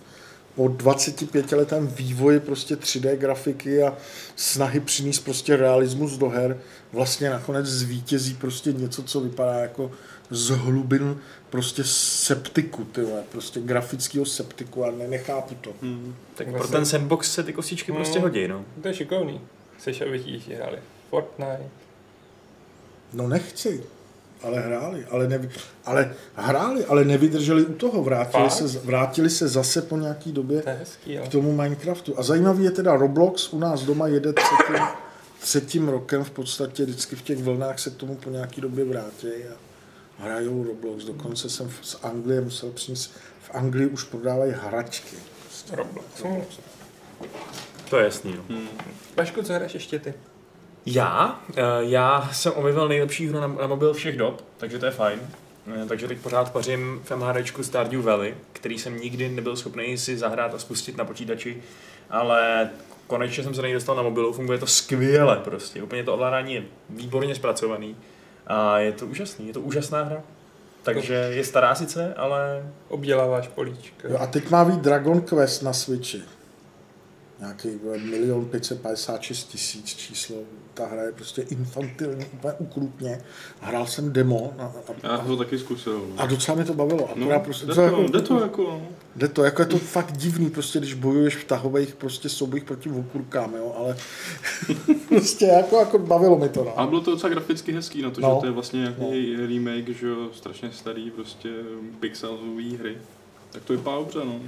po 25 letém vývoji prostě 3D grafiky a snahy přinést prostě realismus do her vlastně nakonec zvítězí prostě něco, co vypadá jako z hlubin prostě septiku, ty vole, prostě grafického septiku a nenechápu to. Hmm. Tak pro ten sandbox se ty kostičky prostě No. hodí, no. vlastně- To je šikovný. Chceš, aby ti děti hráli. Fortnite. No nechci. ale hráli, ale, nevy, ale hráli, ale nevydrželi u toho, vrátili Fakt? se, vrátili se zase po nějaký době To je hezký, jo. k tomu Minecraftu. A zajímavý je teda Roblox, u nás doma jede třetím, třetím rokem v podstatě, vždycky v těch vlnách se k tomu po nějaký době vrátí a hrajou Roblox. Dokonce jsem v- z Anglie musel přinést, v Anglii už prodávají hračky. Roblox. Hm. To je jasný, no. Vašku, co hraješ ještě ty? Já? Eh, Já jsem objevil nejlepší hru na, na mobil všech dob, takže to je fajn. Eh, Takže teď pořád pařím v MHDčku Stardew Valley, který jsem nikdy nebyl schopný si zahrát a spustit na počítači, ale konečně jsem se na něj dostal na mobilu, funguje to skvěle prostě, úplně to ovládání je výborně zpracovaný a je to úžasný, je to úžasná hra. Takže je stará sice, ale Obděláváš políčka. Jo, a teď má být Dragon Quest na Switchi. Nějaký vole, milion 556 tisíc číslo. Ta hra je prostě infantilní, úplně ukrutně. Hrál jsem demo a, a, Já to taky zkusil. no. a docela mě to bavilo. No, Akorát prostě, jde to, jako, to, jde to jako. jde to, jako je to fakt divný, prostě, když bojuješ v tahových prostě soubojích proti okurkám, jo, ale [LAUGHS] prostě jako, jako bavilo mi to. Ale No. bylo to docela graficky hezký na to, No. že to je vlastně nějaký remake, že jo, strašně starý, prostě pixelový hry. Tak to vypadá dobře, no.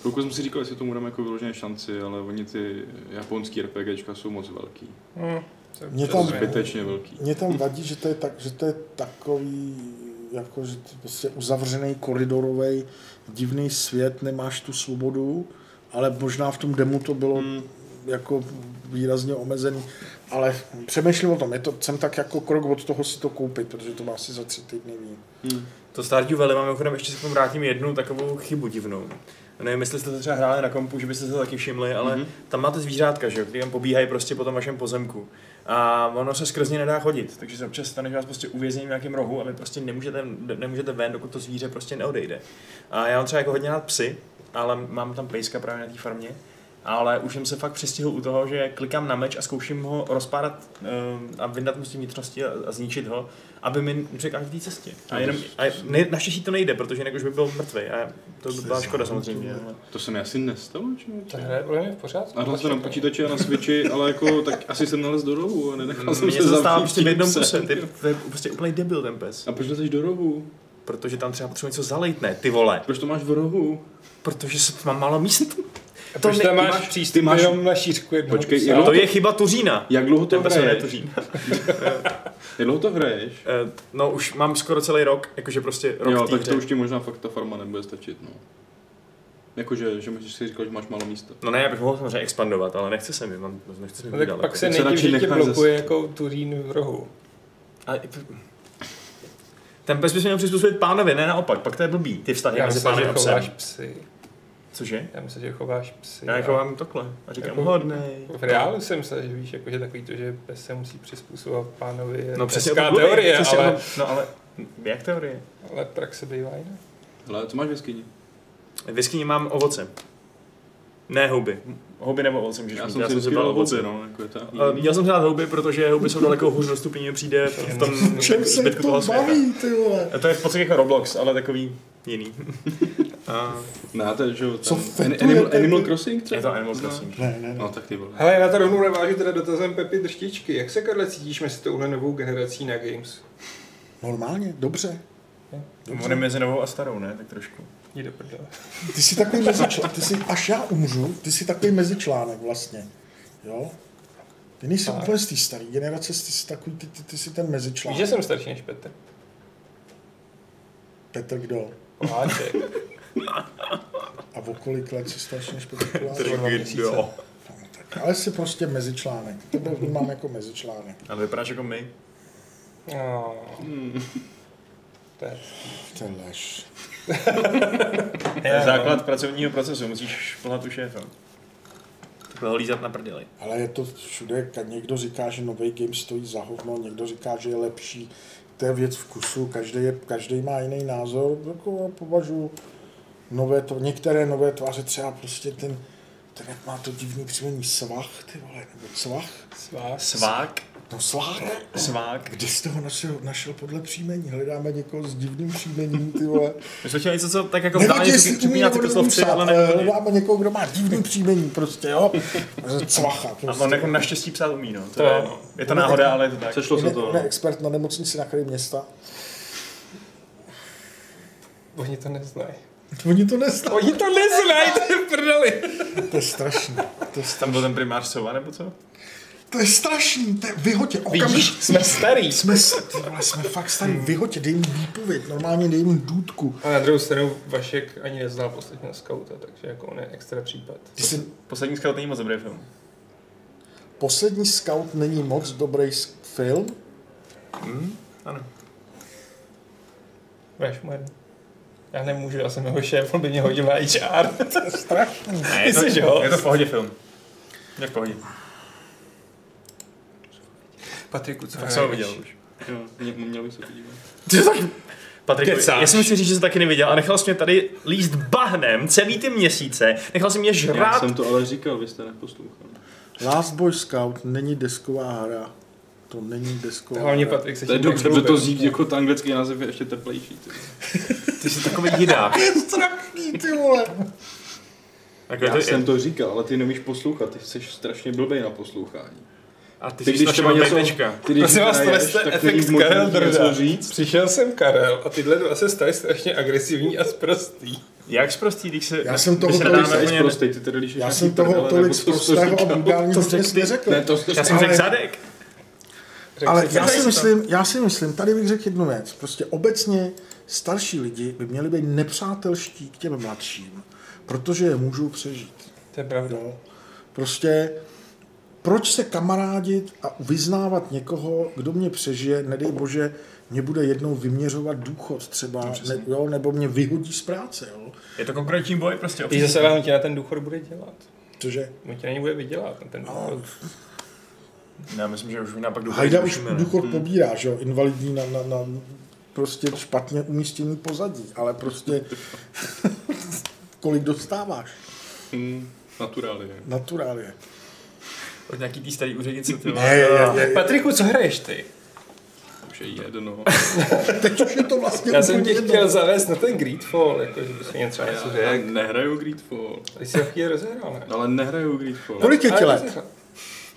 Chvilku jsem si říkal, jestli tomu dáme jako vyloženě šanci, ale oni ty japonský RPGčka jsou moc velký. Hm, to je Mě občas tam- změna. Zbytečně velký. Mě tam vadí, že to je, tak, že to je takový jako, že to prostě uzavřený koridorový divný svět, nemáš tu svobodu, ale možná v tom demu to bylo Hmm. Mm. jako výrazně omezený, ale přemýšlím o tom, je to, jsem tak jako krok od toho si to koupit, protože to má asi za tři týdny víc. Hm. To Stardew Valley mám mimochodem ještě se k tomu vrátím jednu takovou chybu divnou. Nevím, jestli jste to třeba hráli na kompu, že byste se to taky všimli, ale mm-hmm. Mhm. tam máte zvířátka, že jo, který tam pobíhají prostě po tom vašem pozemku. A ono se skrz ně nedá chodit, takže se občas stane, že vás prostě uvězní v nějakém rohu a vy prostě nemůžete, nemůžete ven, dokud to zvíře prostě neodejde. A já mám třeba jako hodně rád psy, ale mám tam pejska právě na té farmě. Ale už jsem se fakt přestihl u toho, že klikám na meč a zkouším ho rozpádat ehm, a vyndat mu z té vnitřnosti a, a zničit ho, aby mi překážel v té cestě. A, A jenom, No, to- a ne, naštěstí to nejde, protože jinak už by byl mrtvý. A to by byla no. škoda samozřejmě. Ale... To se mi asi nestalo, či? Ta hra je podle mě v pořádku. A hrál jsem na počítači a na switchi, ale jako tak asi jsem nalez do rohu a nenechal jsem Mně se se to stává zavřít prostě v tím jednom psem. kuse. Ty, to je prostě úplný debil ten pes. A proč lezeš do rohu? Protože tam třeba potřebuje něco zalejt, ne, ty vole. Proč to máš v rohu? Protože se- mám málo míst. A proč ne- tam ty máš, máš- přístup ty máš- jenom na šířku jednoho Počkej, psa? No jenom- To je chyba Tuřína. Jak dlouho to Ten pes se jmenuje hraješ? Tuřín. Jak dlouho to hraješ? Eh, No už mám skoro celý rok, jakože prostě rok jo, jo, tak to už ti možná fakt ta farma nebude stačit, no. Jakože, že myslíš si říkal, že máš málo místa. No ne, já bych mohl samozřejmě expandovat, ale nechce se mi, mám, nechce se mi jako- No, vydat. tak pak se Tak se nejdím, radši že tě necháš blokuje jako Turín v rohu. A, ten pes by se měl přizpůsobit pánovi, ne naopak, pak to je blbý, ty vztahy Já mezi myslím, pánem že a psem. chováš psy. Cože? Já myslím, že chováš psy. Já a- jako vám takhle a říkám, Jako- hodnej. V reálu jsem myslel, že víš, jako, že takový to, že pes se musí přizpůsobovat pánovi, je No přesně hezká o tom mluvím, teorie, přesně o ale, tom- No ale, jak teorie? ale praxe bývá jiná. Ale co máš v jeskyni? V jeskyni mám ovoce. Ne houby. Houby nebo ovoce můžeš Já mít. jsem si vždycky bral dal hobby, no, jako je to Eh, Měl jsem hrát houby, protože houby jsou daleko hůř dostupní, mi přijde [LAUGHS] v tom Čem se zbytku to toho světa. baví, ty vole? A To je v podstatě jako Roblox, ale takový [LAUGHS] jiný. Eh, A Ne, to je, že jo, Co ten- fetujete, Animal, ty- Animal Crossing třeba? je to Animal No. Crossing. Ne, ne, ne. No, tak ty vole. Hele, já na to rovnou navážu teda dotazem Pepi Drštičky. Jak se, Karle, cítíš mezi touhle novou generací na games? Normálně, dobře. On je mezi novou a starou, ne? Tak trošku. Jdi do prdele. Ty jsi takový mezičlánek, ty jsi, až já umřu, ty jsi takový mezičlánek vlastně, jo? Ty nejsi Tak. úplně z té staré generace, ty jsi takový, ty, ty, ty jsi ten Víš, mezičlánek. že jsem starší než Petr. Petr kdo? [LAUGHS] Koláček. A o kolik let jsi starší než Petr Kulák? Tři. dva měsíce. Jo. Ale jsi prostě mezičlánek, to byl- vnímám jako mezičlánek. Ale vypadáš jako my. No, Hmm. to je... To je lež. To no. je základ pracovního procesu, musíš plnat tu šéfa. Takhle ho lízat na prdeli. Ale je to všude, ka- někdo říká, že nový game stojí za hovno, někdo říká, že je lepší. To je věc vkusu, každý, je, každý má jiný názor. Jako já považuji nové to, některé nové tváře, třeba prostě ten, ten jak má to divný příjmení svach, ty vole, nebo cvach. Svás. Svák. No slák. Svák. Kde jsi toho našel, našel podle příjmení? Hledáme někoho s divným příjmením, ty [LAUGHS] vole. My jsme chtěli něco, co tak jako Nevadí, vzdáleně jestli umí připomíná nebo neumí cyklislovci, psát, ale ale ne. hledáme někoho, kdo má divný příjmení prostě, [LAUGHS] jo. Cvacha A on prostě. jako naštěstí psát umí, no. To To je, jo. no. je to náhoda, ale je to tak. Sešlo se Ne, to, ne, no. expert na nemocnici na kraji města. Oni to neznají. [LAUGHS] Oni to neznají. Oni to neznají, to je v prdeli. To je strašný. To je, sta- Tam byl ten primář Sova, nebo co? to je strašný. To je vyhotě. Okamžitě. Vidíš, jsme starý. Jsme, s- ty vole, jsme fakt starý. Vyhotě, dej mu výpověď. Normálně dej mu důdku. A na druhou stranu Vašek ani neznal posledního skauta, takže jako on je extra případ. Ty jsi Poslední scout není moc dobrý film. Poslední scout není moc dobrý s- film. Ano. Budeš mu jedno. Já nemůžu, já jsem jeho šéf, on by mě hodil na HR. To je strašný. Ne, je to, Myslíš, jo? je to v pohodě film. Je v pohodě. Patriku, co Tak jsem ho viděl už. Jo, mě- měl bych se podívat. Ty tak... Patrik, Kecáš. já jsem chtěl říct, že jsem taky neviděl a nechal jsi mě tady líst bahnem celý ty měsíce. Nechal jsi mě Já žrát. jsem to ale říkal, vy jste neposlouchal. Last Boy Scout není desková hra. To není desková Hlavně hra. Patrik se To je tím dobře, tak že to chlubil. zní jako ten anglický název je ještě teplejší. ty. Ty jsi takový [LAUGHS] jidák. Strašný, ty vole. Jako Já to- jsem to říkal, ale ty nemíš poslouchat, ty jsi strašně blbej na poslouchání. A ty, Ty jsi když třeba něco... Ty, když Prosím vás, tohle hraješ, jste tak není efekt možný Karel Drda. něco říct. Přišel jsem Karel a tyhle dva se stali strašně agresivní a sprostý. Jak sprostý, když se... Já jsem toho my se tolik Ty Dáme nedáme jsi úplně- prostej, prostě, ty tady líšeš Já nějaký jsem toho prdele, tolik nebo to, co zprostého a říkal. vulgárního To dnes řekl ty. neřekl. Ne, to prostě jste Já jsem řekl Ale- zadek. Řekl Ale jsem, já "Tady si, to- myslím, já si myslím, tady bych řekl jednu věc. Prostě obecně starší lidi by měli být nepřátelští k těm mladším, protože je můžou přežít. To je pravda. Jo. Prostě proč se kamarádit a vyznávat někoho, kdo mě přežije, nedej bože, mě bude jednou vyměřovat důchod třeba, ne, jo, nebo mě vyhodí z práce, jo. Je to konkurenční boj prostě. Víš zase, ale on tě na ten důchod bude dělat. Protože On tě na něj bude vydělat, na ten důchod. Já myslím, že už naopak důchod Hajda už zrušíme, ne? důchod Hmm. pobírá, že jo, invalidní na, na, na prostě špatně umístění pozadí, ale prostě [LAUGHS] kolik dostáváš Hm, Naturály. ne? naturálně. Od nějaký tý starý úřednice. ty vole. Ne, je, je, je, Patriku, co hraješ ty? Už je jedno. teď už je to vlastně Já jsem úplně tě jedno. chtěl zavést na ten Greedfall, jako, že bys mi něco [LAUGHS] něco Já řekl. nehraju Greedfall. Ty jsi ho chvíli rozehrál, ne? Ale nehraju Greedfall. Kolik je ti Ale let? rozehrál.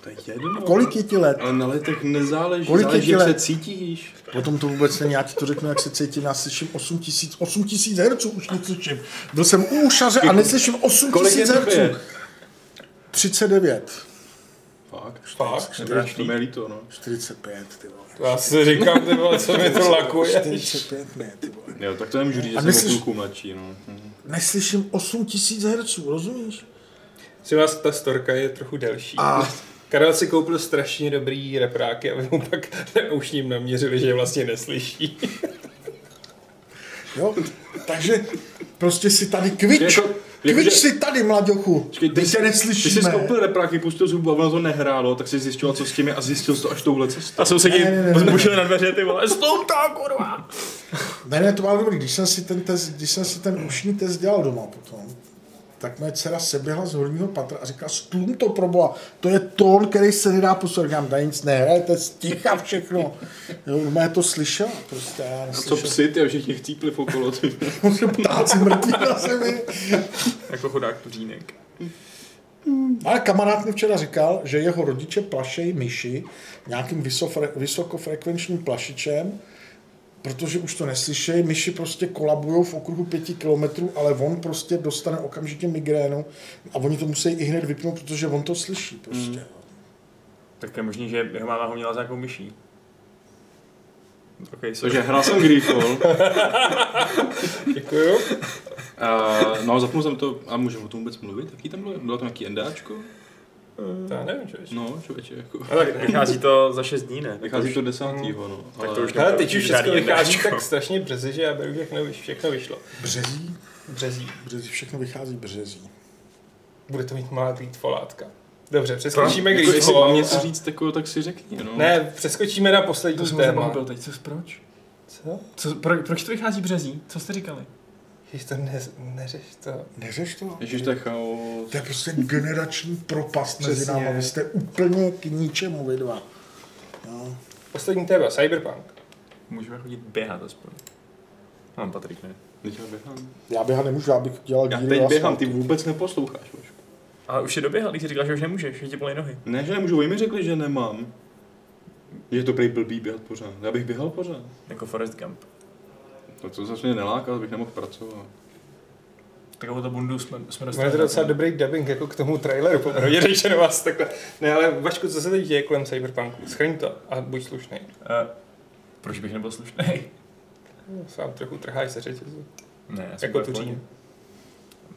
To je jedno. Kolik je ti let? Ale na letech nezáleží, Kolik je záleží, ti jak se let? cítíš. Potom to vůbec není, já ti to řeknu, jak se cítím, já slyším 8 tisíc, 8 tisíc herců už neslyším. Byl jsem u ušaře a neslyším 8 Kolik je tisíc herců. tobě? 39. Fakt, Fakt? Nebráš, to mi je líto, no. 45, ty vole. Já si říkám, ty vole, co mi [LAUGHS] to lakuje. 45, ne, ty vole. Jo, tak to nemůžu říct, A že jsem o myslíš- půlku mladší, no. Hm. Neslyším 8 tisíc herců, rozumíš? Si vás ta storka je trochu delší. A Karel si koupil strašně dobrý repráky, aby mu pak už ním naměřili, že je vlastně neslyší. jo, takže prostě si tady kvič. Jako- jako, Kvič že- si tady, mladěchu. Počkej, My tě Ty jsi neslyšíme. skoupil repráky, pustil zubu a ono to nehrálo, tak jsi zjistil, co s tím je a zjistil jsi to až touhle cestou. A sousedí Ne, ne, ne, ne. zbušili na dveře, ty vole, stop to, kurva! Ne, ne, to bylo dobrý. Když jsem si ten, test, když jsem si ten ušní test dělal doma potom, tak moje dcera seběhla z horního patra a říkala, stlum to proboha, to je tón, který se nedá poslouchat. Říkám, tady nic nehraje, to je sticha všechno. Jo, má to slyšela prostě, já Co neslyšel. psy, ty a všichni chcípli v okolo, ty. [LAUGHS] Ptáci mrtví na zemi. Jako chudák tuřínek. Ale kamarád mi včera říkal, že jeho rodiče plašejí myši nějakým vysofre, vysokofrekvenčním plašičem, protože už to neslyšejí, myši prostě kolabují v okruhu pěti kilometrů, ale on prostě dostane okamžitě migrénu a oni to musí i hned vypnout, protože on to slyší prostě. Mm. Tak je možný, že jeho máma ho měla za nějakou myší. Okay, Takže hrál jsem Greedfall. Děkuju. Uh, no, zapnul jsem to, a můžeme o tom vůbec mluvit? Jaký tam bylo? Bylo tam nějaký endáčko? To já nevím, že No, člověče, jako. Ale tak vychází to za 6 dní, ne? Vychází to desátýho, no. Tak ale- to už ne- Ale teď už Žádný všechno vychází jednáčko. tak strašně brzy, že já beru, že všechno, vyš- všechno vyšlo. Březí, Březí. březí, všechno vychází březí. Bude to mít malá Greedfallátka. Dobře, přeskočíme Jako, jestli mám Greedfall. něco říct, jako, tak si řekni, no. Ne, přeskočíme na poslední téma. teď, co proč? Co? Co, pro, proč to vychází březí? Co jste říkali? Jež to ne, neřeš to. Neřeš to? Ježíš, to je chaos. To je prostě generační propast mezi Přesně. námi. Vy jste úplně k ničemu vy dva. Jo? poslední téma, Cyberpunk. Můžeme chodit běhat aspoň. Mám No, Patrik, ne? Teď já běhám. Já běhat nemůžu, já bych dělal Já vlastně- díry teď na běhám, ty asfaltu. vůbec neposloucháš, Vašku. Ale už je doběhal, když jsi říkal, že už nemůžeš, že ti bolí nohy. Ne, že nemůžu, oni mi řekli, že nemám. Že je to prý blbý běhat pořád. Já bych běhal pořád. Jako Forest Gump. To, co začne nelákat, bych nemohl pracovat. Takovou to bundu jsme, Máte jsme dostali. to docela dobrý dubbing jako k tomu traileru, popravdě [LAUGHS] řečeno vás takhle. Ne, ale Vašku, co se teď děje kolem Cyberpunku? Schrň to a buď slušný. Eh, proč bych nebyl slušný? Sám trochu trháš se řetězu. Ne, já jsem Jako úplně v tu pohodě. říjnu.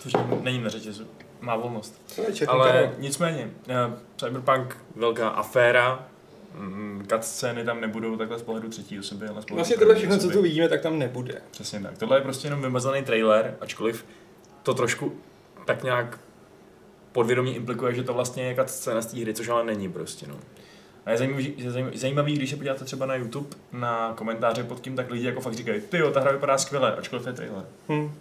Tu říjnu není na řetězu. Má volnost. Co je četl, Ale Karel? nicméně, eh, Cyberpunk, velká aféra, mm, cutscény tam nebudou takhle z pohledu třetí osoby, ale z pohledu Vlastně tohle první všechno, co osoby. tu vidíme, tak tam nebude. Přesně tak. Tohle je prostě jenom vymazaný trailer, ačkoliv to trošku tak nějak podvědomí implikuje, že to vlastně je jaká scéna z té hry, což ale není prostě. No. A je zajímavý, je zajímavý- zajímavý, když se podíváte třeba na YouTube, na komentáře pod tím, tak lidi jako fakt říkají, ty jo, ta hra vypadá skvěle, ačkoliv to je trailer. Hm.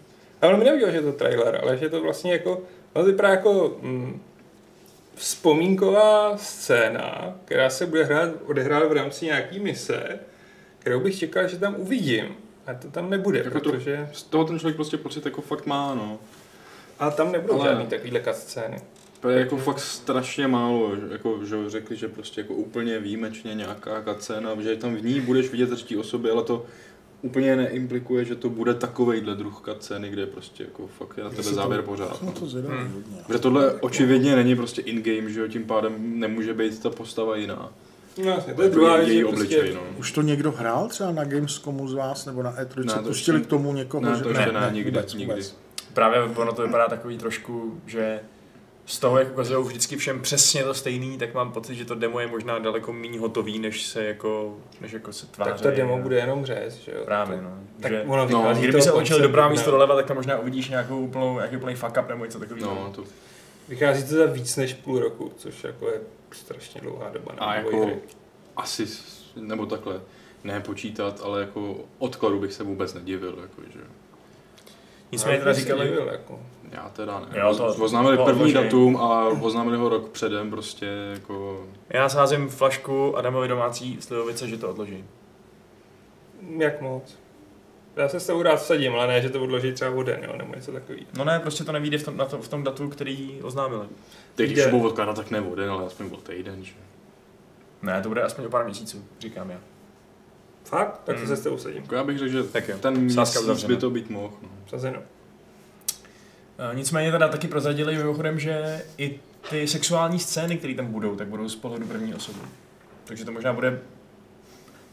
Ale mi neudělal, že je to trailer, ale že je to vlastně jako, no to vypadá jako mm, vzpomínková scéna, která se bude hrát, odehrát v rámci nějaký mise, kterou bych čekal, že tam uvidím. A to tam nebude, Jako to- protože... Z toho ten člověk prostě pocit jako fakt má, no. A tam nebudou Ale- žádný takovýhle cutscény. To je jako fakt strašně málo, že, jako, že řekli, že prostě jako úplně výjimečně nějaká kacena, že tam v ní budeš vidět třetí osoby, ale to úplně neimplikuje, že to bude takovejhle druh kaceny, kde prostě jako fakt je na tebe Jestli to- záběr pořád. Jsem na to zvědavý Hmm. hodně. Protože tohle očividně není prostě in-game, že jo, tím pádem nemůže být ta postava jiná. Jako No, jasně, to je druhá věc, její že prostě obličej, no. Už to někdo hrál třeba na Gamescomu z vás nebo na E3? Ne, to Pustili ještě- k tomu někoho? Ne, to ještě ne, nikdy, vůbec, nikdy. vůbec. Právě ono to vypadá takový trošku, že z toho, jak ukazují vždycky všem přesně to stejný, tak mám pocit, že to demo je možná daleko méně hotový, než se jako, než jako se tváří. tak ta demo bude jenom řez, že jo. Právě, no. Tak Že- ono No, vychází Kdyby se toho očil konce dobrá dubna. místo doleva, tak tam možná uvidíš nějakou úplnou, nějaký úplný fuck up nebo něco takového. No, to, Vychází to za víc než půl roku, což jako je strašně dlouhá doba na a vývoj jako hry. asi, s- nebo takhle, nepočítat, ale jako odkladu bych se vůbec nedivil, jako, že jo. Nicméně Ale teda bych se říkali, divil, jako. Já teda ne. Jo, to- oznámili to první odložení. datum a oznámili ho rok předem, prostě jako... já sázím flašku Adamovi domácí slivovice, že to odloží. Jak moc? Já se s tebou rád vsadím, ale ne, že to odloží třeba o den, jo, nebo něco takový. No ne, prostě to nevíde v tom, na to, v tom datu, který oznámili. Teď, když Jde. to budou odkládat, tak nebo den, ale aspoň byl týden, že? Ne, to bude aspoň o pár měsíců, říkám já. Fakt? Tak to Hmm. se s tebou sadím. Jako já bych řekl, že Tak jo, ten sázka měsíc uzavřena. by to být mohl. No. Sazeno. E, Nicméně teda taky prozradili mimochodem, že i ty sexuální scény, které tam budou, tak budou z pohledu první osoby. Takže to možná bude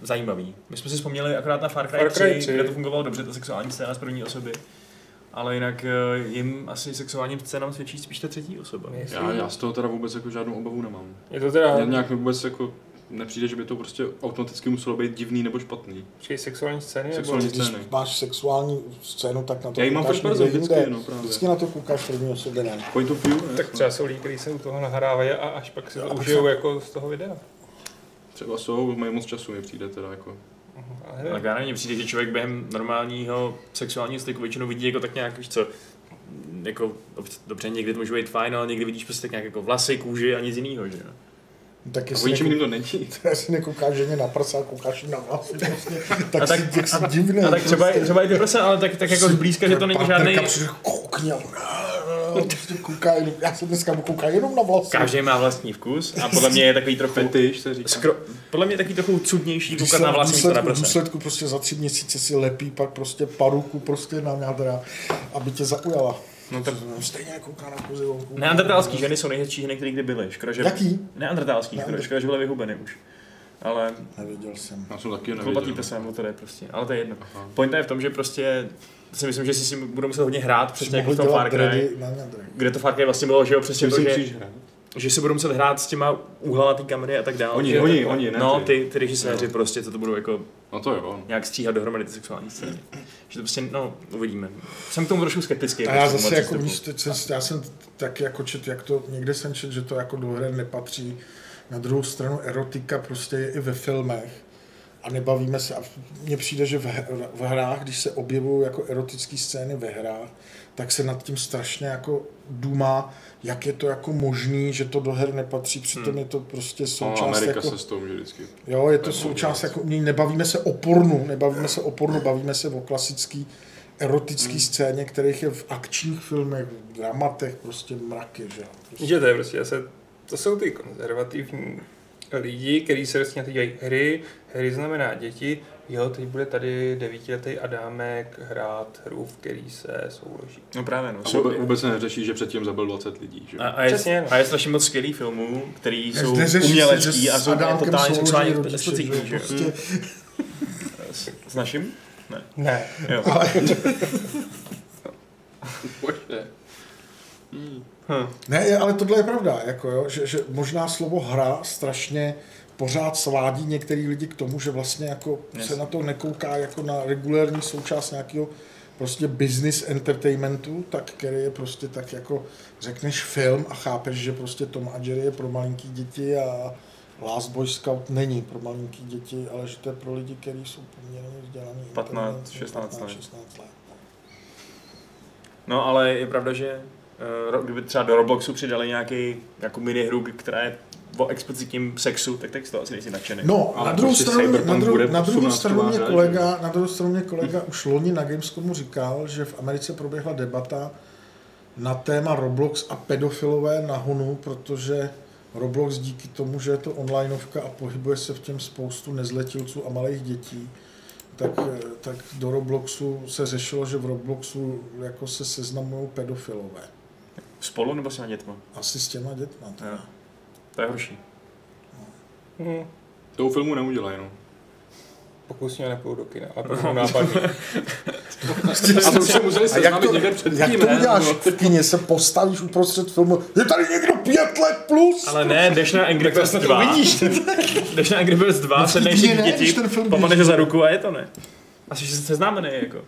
zajímavý. My jsme si vzpomněli akorát na Far Cry, Far Cry 3, 3. kde to fungovalo dobře, ta sexuální scéna z první osoby. Ale jinak e, jim asi sexuálním scénám svědčí spíš ta třetí osoba. Jestli- Já, já z toho teda vůbec jako žádnou obavu nemám. Je to teda Já nějak mi vůbec jako nepřijde, že by to prostě automaticky muselo být divný nebo špatný. počkej, sexuální scény? Sexuální Nebo... scény. Když máš sexuální scénu, tak na to Já ji mám koukáš first person někde vždycky, jinde. no právě. Vždycky na to koukáš první osobě, ne? Point of view, jako ne? Tak třeba jsou lidi, kteří se u toho nahrávají a až pak si to Jo, užijou jako z toho videa. třeba jsou, mají moc času, mi přijde teda jako. Mhm, ale Tak nevím. já nevím, mně přijde, že člověk během normálního sexuálního styku většinou vidí jako tak nějak, víš co, jako, dobře- dobře, někdy to může být fajn, ale někdy vidíš prostě tak nějak jako vlasy, kůži a nic jiného, že jo. Tak A o jestli ničem jako- nekou... jiným to není. [LAUGHS] Jestli nekoukáš ženě na prsa a koukáš jí na vlasy, vlastně, [LAUGHS] A tak, tak- tak, si, tak si divný. A tak třeba, prostě. třeba i ty prsa, ale tak, tak jako zblízka, že to není Partnerka žádný. Přijde, koukni a [LAUGHS] prostě kouká jenom, já jsem dneska kouká jenom na vlasy. Každý má vlastní vkus a podle mě je takový trochu, Fetiš se říká. skro, podle mě je takový trochu cudnější Když koukat se na v vlasy místo na důsledku, v prsa. důsledku prostě za tři měsíce si lepí pak prostě paruku prostě na nádra, aby tě zaujala. No to... Stejně kouká na kuzivou. Neandertálský ženy jsou nejhezčí ženy, které kdy byly. Škoda, že... Jaký? Neandertálský, škoda, Neander- škoda, že byly vyhubeny už. Ale Nevěděl jsem. Já jsem taky Klobatý neviděl. prsa, nebo to je prostě, ale to je jedno. Aha. Pointa je v tom, že prostě si myslím, že si s tím budou muset hodně hrát, přesně jako v tom Mohl Far dělat Cry, dready na nádra. kde to Far Cry vlastně bylo, že jo, přesně Čím to, si že, musíš hrát? že si budou muset hrát s těma úhlama té kamery a tak dále. Oni, že jo, oni, takhle. oni, ne No, ty. ty, ty režiséři prostě, co to budou jako No to jo, no. nějak stříhat dohromady ty sexuální scény. Že to prostě, no, uvidíme. Jsem k tomu trošku skeptický. A prostě k já tomu zase jako přístupu. víš, teď jsem, já jsem taky jako čet, jak to, někde jsem čet, že to jako do hry nepatří. Na druhou stranu erotika prostě je i ve filmech. a nebavíme se. A mně přijde, že v, hr- v hrách, když se objevují jako erotické scény ve hrách, tak se nad tím strašně jako důmá, jak je to jako možný, že to do her nepatří, přitom Hmm. je to prostě No, součást Amerika jako... jako... se s tou může vždycky. Jo, je to Nemůžu součást říct. jako umění, nebavíme se o pornu, nebavíme se o pornu, bavíme se o klasický Hmm. erotický scéně, kterých je v akčních filmech, v dramatech prostě mraky, že jo. Prostě. Že to je prostě, se, to jsou ty konzervativní lidi, kteří se vlastně na to dělají hry, hry znamená děti, jo, teď bude tady devítiletý Adámek hrát hru, v který se souloží. No právě, no. A vůbec, vůbec se neřeší, že předtím zabil 20 lidí, že? A, A, a, je, Přesně, no. a je strašně moc skvělých filmů, který Než jsou neřeší se, umělecký že a s jsou jako Adámkem totálně souloží sexuální rodiče, explicitní, že že jo. Hmm. jo, prostě. S, s naším? Ne, [LAUGHS] Jo. Ne, je- ale tohle je pravda, jako jo, že, že možná slovo hra strašně pořád svádí některý lidi k tomu, že vlastně jako Yes. se na to nekouká jako na regulární součást nějakého prostě business entertainmentu, tak který je prostě tak jako řekneš film a chápeš, že prostě Tom a Jerry je pro malinký děti a Last Boy Scout není pro malinký děti, ale že to je pro lidi, kteří jsou poměrně vzdělaní. 15, inteligentní, 16 let. 16 let. No ale je pravda, že eh, ro- kdyby třeba do Robloxu přidali nějaký jako minihru, která je o explicitním sexu, tak tak z toho asi nejsi nadšený. No, Ale na druhou, prostě stranu, Cyberpunk na, bude druhou, na, druhou 18 stranu mě hra, že? kolega, na druhou stranu mě kolega už loni na Gamescomu říkal, že v Americe proběhla debata na téma Roblox a pedofilové na Honu, protože Roblox díky tomu, že je to onlineovka a pohybuje se v těm spoustu nezletilců a malých dětí, tak, eh, tak do Robloxu se řešilo, že v Robloxu jako se seznamují pedofilové. Spolu nebo s těma dětma? Asi s těma dětma. teda. Jo. To je horší. hm, Tou filmu neudělají, no. pokud s ní nepůjdu do kina, ale pokud nápadně. A to už se museli Prostě A jak seznámit to, někde předtím, jak to ne? uděláš No. v kyně, se postavíš uprostřed filmu, je tady někdo pět let plus? Ale ne, jdeš na Angry Birds 2, [LAUGHS] jdeš na Angry Birds 2, sedneš si No, ne, k když děti, ten film pomaneš běží. za ruku a je to ne. A jsi se seznámený jako.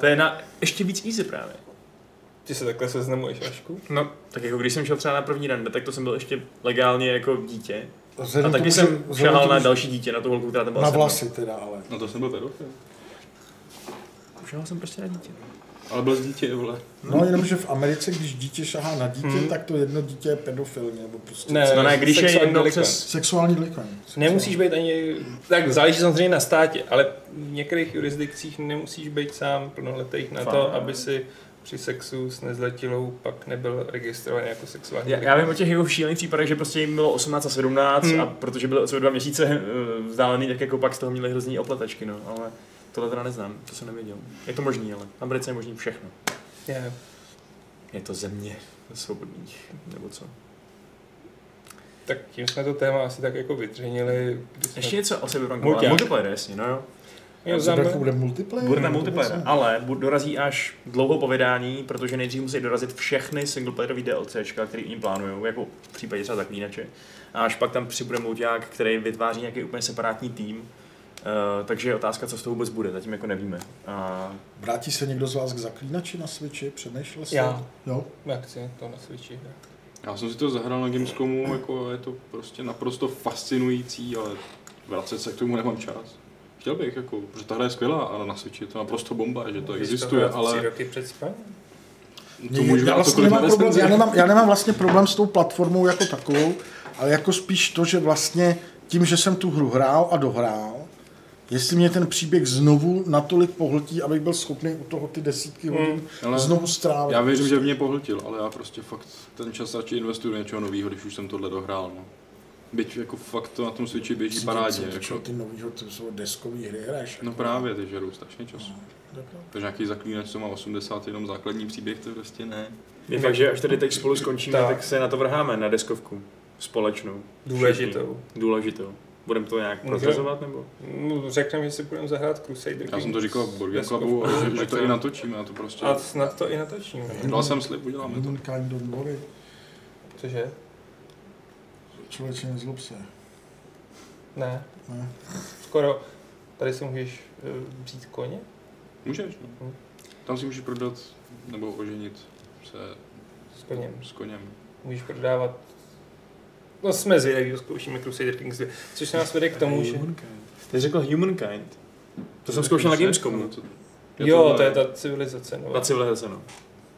To je na ještě víc easy právě. Ty se takhle seznamuješ, Ašku? No, tak jako když jsem šel třeba na první rande, tak to jsem byl ještě legálně jako dítě. A Vzhledem k taky tomu, že- jsem vzhledem šahal k na tomu, že- další dítě, na tu holku, která tam byla Na se mnou. vlasy teda, ale. No to jsem byl pedofil. Šahal jsem prostě na dítě. Ale byl z dítě, vole. Hmm. No jenom, že v Americe, když dítě šahá na dítě, tak to jedno dítě je pedofil, nebo prostě Ne. No Hmm. ne, když je Sexuální jedno delikvent. přes... sexuální delikvent. Nemusíš být ani, tak záleží samozřejmě na státě, ale v některých jurisdikcích nemusíš být sám plnoletých na to, Fakt. aby si při sexu s nezletilou pak nebyl registrovaný jako sexuální. Já, já vím o těch jeho šílených případech, že prostě jim bylo 18 a 17 Hmm. a protože byly od sebe dva měsíce eh, vzdálený, tak jako pak z toho měli hrozný opletačky, no, ale tohle teda neznám, to jsem nevěděl. Je to možný, ale v Americe je možný všechno. Já- Je to země svobodných, nebo co. Tak tím jsme to téma asi tak jako vytřenili. když jsme- Ještě něco o sebe Franku, Mulťák. ale multiplayer, jasně, no jo. Jo, Co Zambe- jako bude multiplayer? Bude na nebo multiplayer, co? ale bu- dorazí až dlouho po vydání, protože nejdřív musí dorazit všechny singleplayerové DLCčka, které jim plánují, jako v případě třeba zaklínače. A až pak tam přibude mulťák, který vytváří nějaký úplně separátní tým. Uh, takže je otázka, co z toho vůbec bude, zatím jako nevíme. A Vrátí se někdo z vás k zaklínači na Switchi? Přemýšlel jsi? Já. Jo? Jak si to na Switchi hra. Já jsem si to zahrál na Gamescomu, jako je to prostě naprosto fascinující, ale vracet se k tomu nemám čas. Chtěl bych, jako, protože ta hra je skvělá, ale na Switchi je to naprosto bomba, že to Můžeš existuje, hrát Tři ale roky před spaním. to můžu já, dát vlastně cokoliv na nemám problém, recenzi. já, nemám, já nemám vlastně problém s tou platformou jako takovou, ale jako spíš to, že vlastně tím, že jsem tu hru hrál a dohrál, jestli mě ten příběh znovu natolik pohltí, abych byl schopný u toho ty desítky hodin Hmm, ale znovu strávit. Já věřím, že mě pohltil, ale já prostě fakt ten čas radši investuju do něčeho nového, když už jsem tohle dohrál. No. Byť jako fakt to na tom Switchi běží parádně. Jako. Jako. Ty novýho, ty jsou deskové hry hraješ. No jako. právě, ty žerou strašně času. Tak jo. Takže nějaký zaklínač, co má 80, jenom základní příběh, to prostě ne. je fakt, že až tady teď spolu skončíme, Tak. tak, tak se na to vrháme, na deskovku společnou. Důležitou. Všichni. Důležitou. Budeme to nějak Můžeme. prozrazovat, nebo? No, řekneme, že si budeme zahrát Crusader Já jsem to říkal v Burger Clubu, Deskovku. [LAUGHS] že, že to i natočíme, a to prostě... A snad to i natočíme. Dal jsem slib, uděláme to. Human kind, don't worry. Cože? Člověče, nezlob se. Ne. Ne. Skoro. Tady si můžeš eh, vzít koně? Můžeš, no. Tam si můžeš prodat nebo oženit se S koněm. s koněm. Můžeš prodávat No jsme zvědaví, zkoušíme Crusader Kings 2, což nás vede k tomu, že... Ty jsi řekl Humankind. To jsem zkoušel na Gamescomu. Co- je to Jo, nové. to je ta civilizace. No. Na civilizace, no.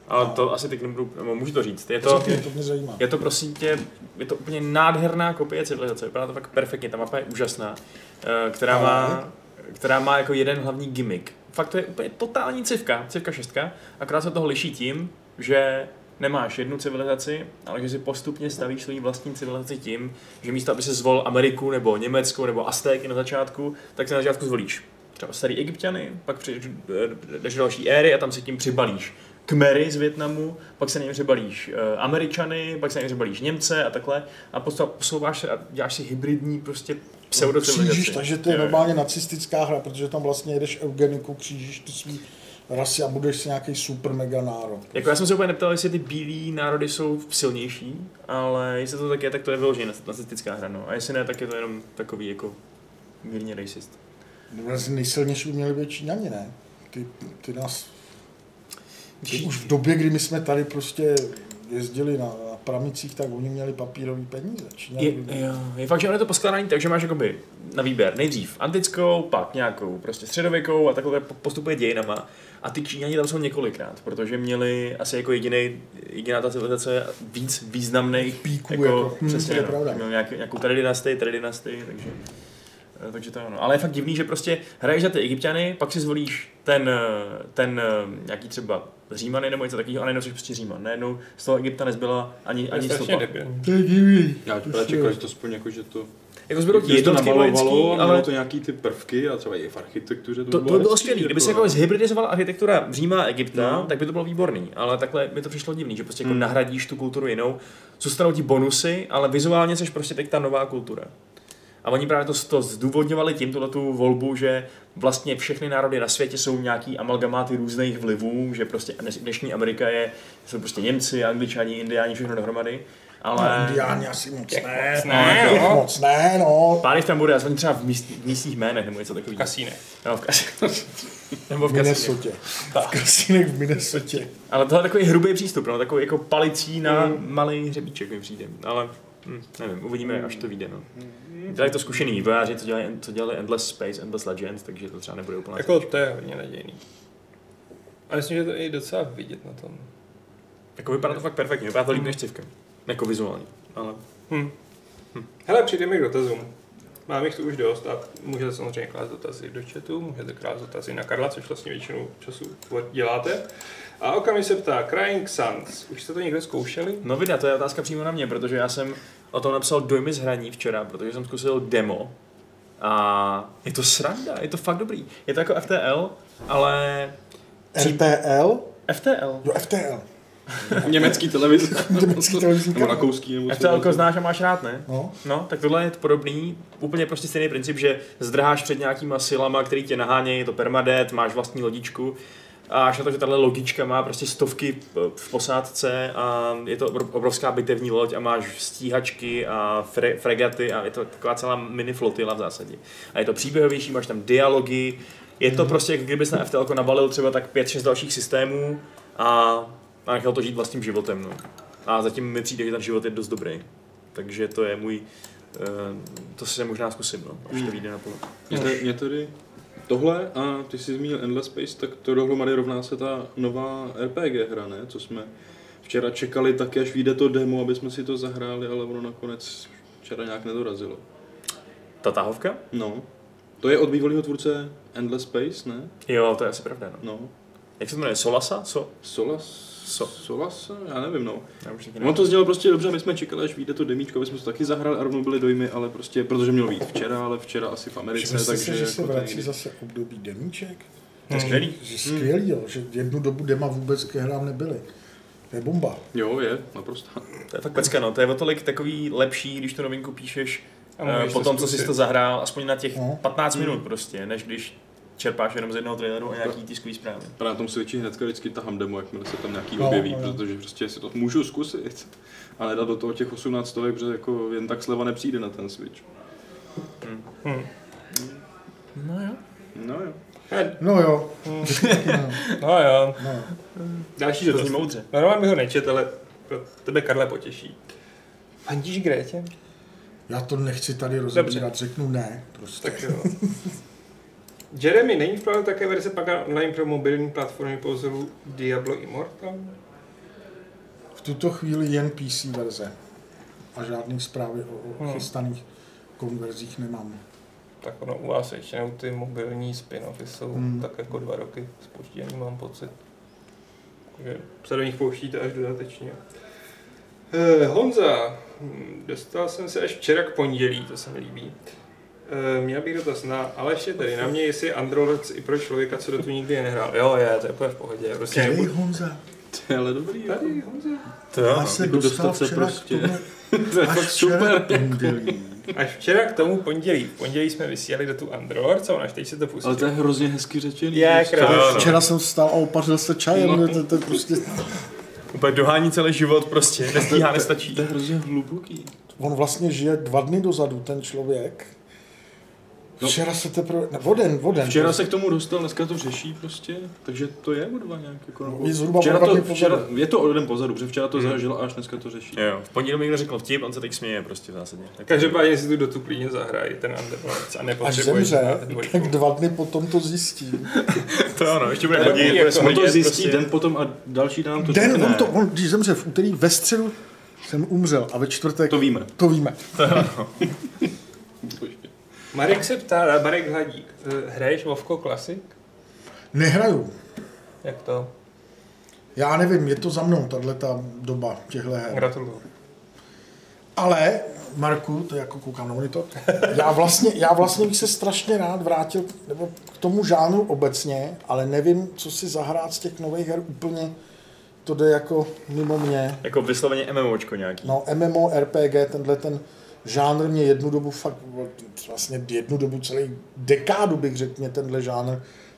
Ale to asi teď nebudu, nebo můžu to říct. Je to, To, to mě zajímá. je to prosím tě, je to úplně nádherná kopie civilizace. Vypadá to fakt perfektně, ta mapa je úžasná, eh, která má, která má jako jeden hlavní gimmick. Fakt to je úplně totální civka, civka šestka, akorát se toho liší tím, že nemáš jednu civilizaci, ale že si postupně stavíš svoji vlastní civilizaci tím, že místo, aby si zvolil Ameriku nebo Německo nebo Aztéky na začátku, tak si na začátku zvolíš třeba starý Egyptiany, pak přijdeš eh, jdeš do další éry a tam si tím přibalíš Kmery z Větnamu, pak se na ně přibalíš eh, Američany, pak se na ně přibalíš Němce a takhle a posta- posouváš se a děláš si hybridní prostě Křížíš, pseudocivilizaci. takže to je Jo, jo. normálně nacistická hra, protože tam vlastně jedeš eugeniku, křížíš tu svý rasy a budeš si nějaký super mega národ. Jako já jsem se úplně neptal, jestli ty bílí národy jsou silnější, ale jestli to tak je, tak to je vyloženě nac- nacistická hra, no. A jestli ne, tak je to jenom takový jako mírně racist. Vlastně Nejsilnější by měli být Číňani, ne? Ty, ty nás... Ty už v době, kdy my jsme tady prostě jezdili na, na pramicích, tak oni měli papírové peníze. Číňani Je, by měli- jo, je fakt, že ono je to poskládání tak, že máš jakoby na výběr nejdřív antickou, pak nějakou prostě středověkou a takhle po- postupuje dějinama. A ty Číňani tam jsou několikrát, protože měli asi jako jediný, jediná ta civilizace víc významných Píků, jako, jako, hm, přesně, to je no. pravda. Měl nějaký, nějakou tady dynastii, tady dynastii, takže, eh, takže to je ono. Ale je fakt divný, že prostě hraješ za ty Egyptiany, pak si zvolíš ten, eh, ten eh, nějaký třeba Římany nebo něco takového, a najednou jsi prostě Říman. Najednou z toho Egypta nezbyla ani, To je ani strašně stopa. Mhm. debilní. To je divný. No, Já právě čekal, že to aspoň jako, že to... Jako zbylo že to no. jednotky vojenský, namalovalo, ale... ale to nějaký ty prvky a třeba i v architektuře to, to, to by bylo hezký, skvělé. jako, Kdyby se no. jako zhybridizovala architektura Říma a Egypta, No. no. tak by to bylo výborný. Ale takhle mi to přišlo divný, že prostě jako nahradíš tu kulturu jinou. Zůstanou ti bonusy, ale vizuálně jsi prostě teď ta nová kultura. A oni právě to, to zdůvodňovali tím, tuhle tu volbu, že vlastně všechny národy na světě jsou nějaký amalgamáty různých vlivů, že prostě dnes- dnešní Amerika je, jsou prostě Němci, Angličani, Indiáni, všechno dohromady. No, Ale... Indiáni asi moc ne. Ne, Těch no. moc ne, no. Pány v tam bude, aspoň třeba v, míst, v místních jménech nebo něco takového. Kasíne. No, v kas... Nebo V v kasíně. Minnesotě. V kasínech v Minnesotě. Ale tohle je takový hrubý přístup, no, takový jako palicí na malý hřebíček mi přijde. Ale hm, nevím, uvidíme, až to vyjde. No. Dělají to zkušený vývojáři, co dělali, co dělali Endless Space, Endless Legends, takže to třeba nebude úplně. Jako to je hodně nadějný. A myslím, že to je i docela vidět na tom. jako vypadá to fakt perfektně, vypadá to líp než civka. Jako vizuálně. Ale Hm. Hele, přijdeme k dotazům. Mám jich tu už dost a můžete samozřejmě klást dotazy do chatu, můžete klást dotazy na Karla, což vlastně většinu času děláte. A okamžitě se ptá, Crying Suns, už jste to někde zkoušeli? No vida, to je otázka přímo na mě, protože já jsem o tom napsal dojmy z hraní včera, protože jsem zkusil demo a je to sranda, je to fakt dobrý. Je to jako FTL, ale Při- RTL? FTL. Jo, FTL. Německý [LAUGHS] televize. Německý televizní Nebo kanál. rakouský. Nebo co- FTL znáš a máš rád, ne? No. No, tak tohle je podobný, úplně prostě stejný princip, že zdrháš před nějakýma silama, který tě nahánějí, je to permadet, máš vlastní lodičku a až na to, že tahle lodička má prostě stovky p- v posádce a je to obr- obrovská bitevní loď a máš stíhačky a fre- fregaty a je to taková celá mini flotila v zásadě. A je to příběhovější, máš tam dialogy, je to prostě, jak kdybys na FTL nabalil třeba tak 5-6 dalších systémů a, a nechal to žít vlastním životem. No. A zatím mi přijde, že ten život je dost dobrý. Takže to je můj, eh, to si možná zkusím, no, až to vyjde na polo. Mě tady- Mě tady tohle a ty jsi zmínil Endless Space, tak to dohromady rovná se ta nová RPG hra, ne? Co jsme včera čekali taky, až vyjde to demo, aby jsme si to zahráli, ale ono nakonec včera nějak nedorazilo. Ta tahovka? No. To je od bývalého tvůrce Endless Space, ne? Jo, to je asi pravda, no. No. Jak se to jmenuje? Solasa? So? Solas? So. Solas? Já nevím, no. Já už taky Ono nevím. to znělo prostě dobře, my jsme čekali, až vyjde to demíčko, aby jsme to taky zahráli a rovnou byly dojmy, ale prostě, protože měl být včera, ale včera asi v Americe, Myslíte takže... si, že se jako to vrací někdy- zase období demíček? Hmm. To je skvělý. Že Hmm. skvělý, jo, že jednu dobu dema vůbec ke hrám nebyly. To je bomba. Jo, je, naprosto. To je fakt pecka, no. To je o tolik takový lepší, když tu novinku píšeš A eh, můžeš po to tom, co jsi zkusit. to zahrál, aspoň na těch No. 15 minut prostě, než když čerpáš jenom z jednoho traileru a nějaký tiskový zprávy. A na tom switchi hnedka vždycky tahám demo, jakmile se tam nějaký No, objeví, no, no. protože prostě si to můžu zkusit. A nedat do toho těch 18 stovek, protože jako jen tak sleva nepřijde na ten switch. Hmm. No jo. No jo. No jo, No jo, no. další To dotaz. zní moudře. Normálně bych ho nečet, ale pro tebe Karle potěší. Fandíš Grétě? Já to nechci tady rozebírat, řeknu ne. Prostě. Tak jo. Jeremy, není v plánu také verze Pagan Online pro mobilní platformy po vzoru Diablo Immortal? V tuto chvíli jen PC verze. A žádný zprávy o, No. o Hmm. chystaných konverzích nemám. Tak ono u vás většinou ty mobilní spin-offy jsou Hmm. tak jako dva roky spožděný, mám pocit. Takže se do nich pouštíte až dodatečně. Eh, Honza, hm, dostal jsem se až včera k pondělí, to se mi líbí. Eh, Měl bych dotaz na Aleš je tady na mě, jestli je Androlec i pro člověka, co do tu nikdy nehrál. Jo, je, to je úplně v pohodě. Prostě Který jako- nebudu... Honza? To je ale dobrý. jako. Tady, Honza. To jo. Já se jako dostal dostat se včera prostě. k tomu, [LAUGHS] To je až fakt včera super. pondělí. Až včera k tomu pondělí. V pondělí jsme vysílali do tu Androlor, co až teď se to pustí. Ale to je hrozně hezky řečený. Je, prostě. krásný. Jo, no. Včera jsem vstal a opařil se čajem, No. no. to, to prostě... Úplně dohání celý život prostě, nestíhá, nestačí. To je hrozně hluboký. On vlastně žije dva dny dozadu, ten člověk. No. Včera se teprve... Ne, voden, voden. Včera se k tomu dostal, dneska to řeší prostě, takže to je o dva nějak. Jako, No, nebo- je zhruba o včera dva to, dny pozadu. včera, je to o den pozadu, protože včera to zažil a až dneska to řeší. Jo, v pondělí mi někdo řekl vtip, on se teď směje prostě v zásadě. Tak Každopádně si tu do tu klíně zahraje ten Underworld a Až nepotřebuješ zemře, hrát dvojku. tak dva dny potom to zjistí. to ano, ještě bude To je dobrý, chodit, bude jako, On smrdět to zjistí prostě. den potom a další den to Den, řekne. on to, on, když zemře v úterý, ve středu jsem umřel a ve čtvrtek... To víme. To víme. Marek se ptá, Marek Hladík, eh, hraješ Vovko Classic? Nehraju. Jak to? Já nevím, je to za mnou, tahle ta doba těchto her. Gratuluju. Ale, Marku, to je jako koukám na monitor, [LAUGHS] já vlastně, já vlastně bych se strašně rád vrátil k- nebo k tomu žánru obecně, ale nevím, co si zahrát z těch nových her úplně, to jde jako mimo mě. Jako vysloveně MMOčko nějaký. No, MMO, RPG, tenhle ten žánr mě jednu dobu fakt, vlastně jednu dobu, celý dekádu bych řekl, mě tenhle žánr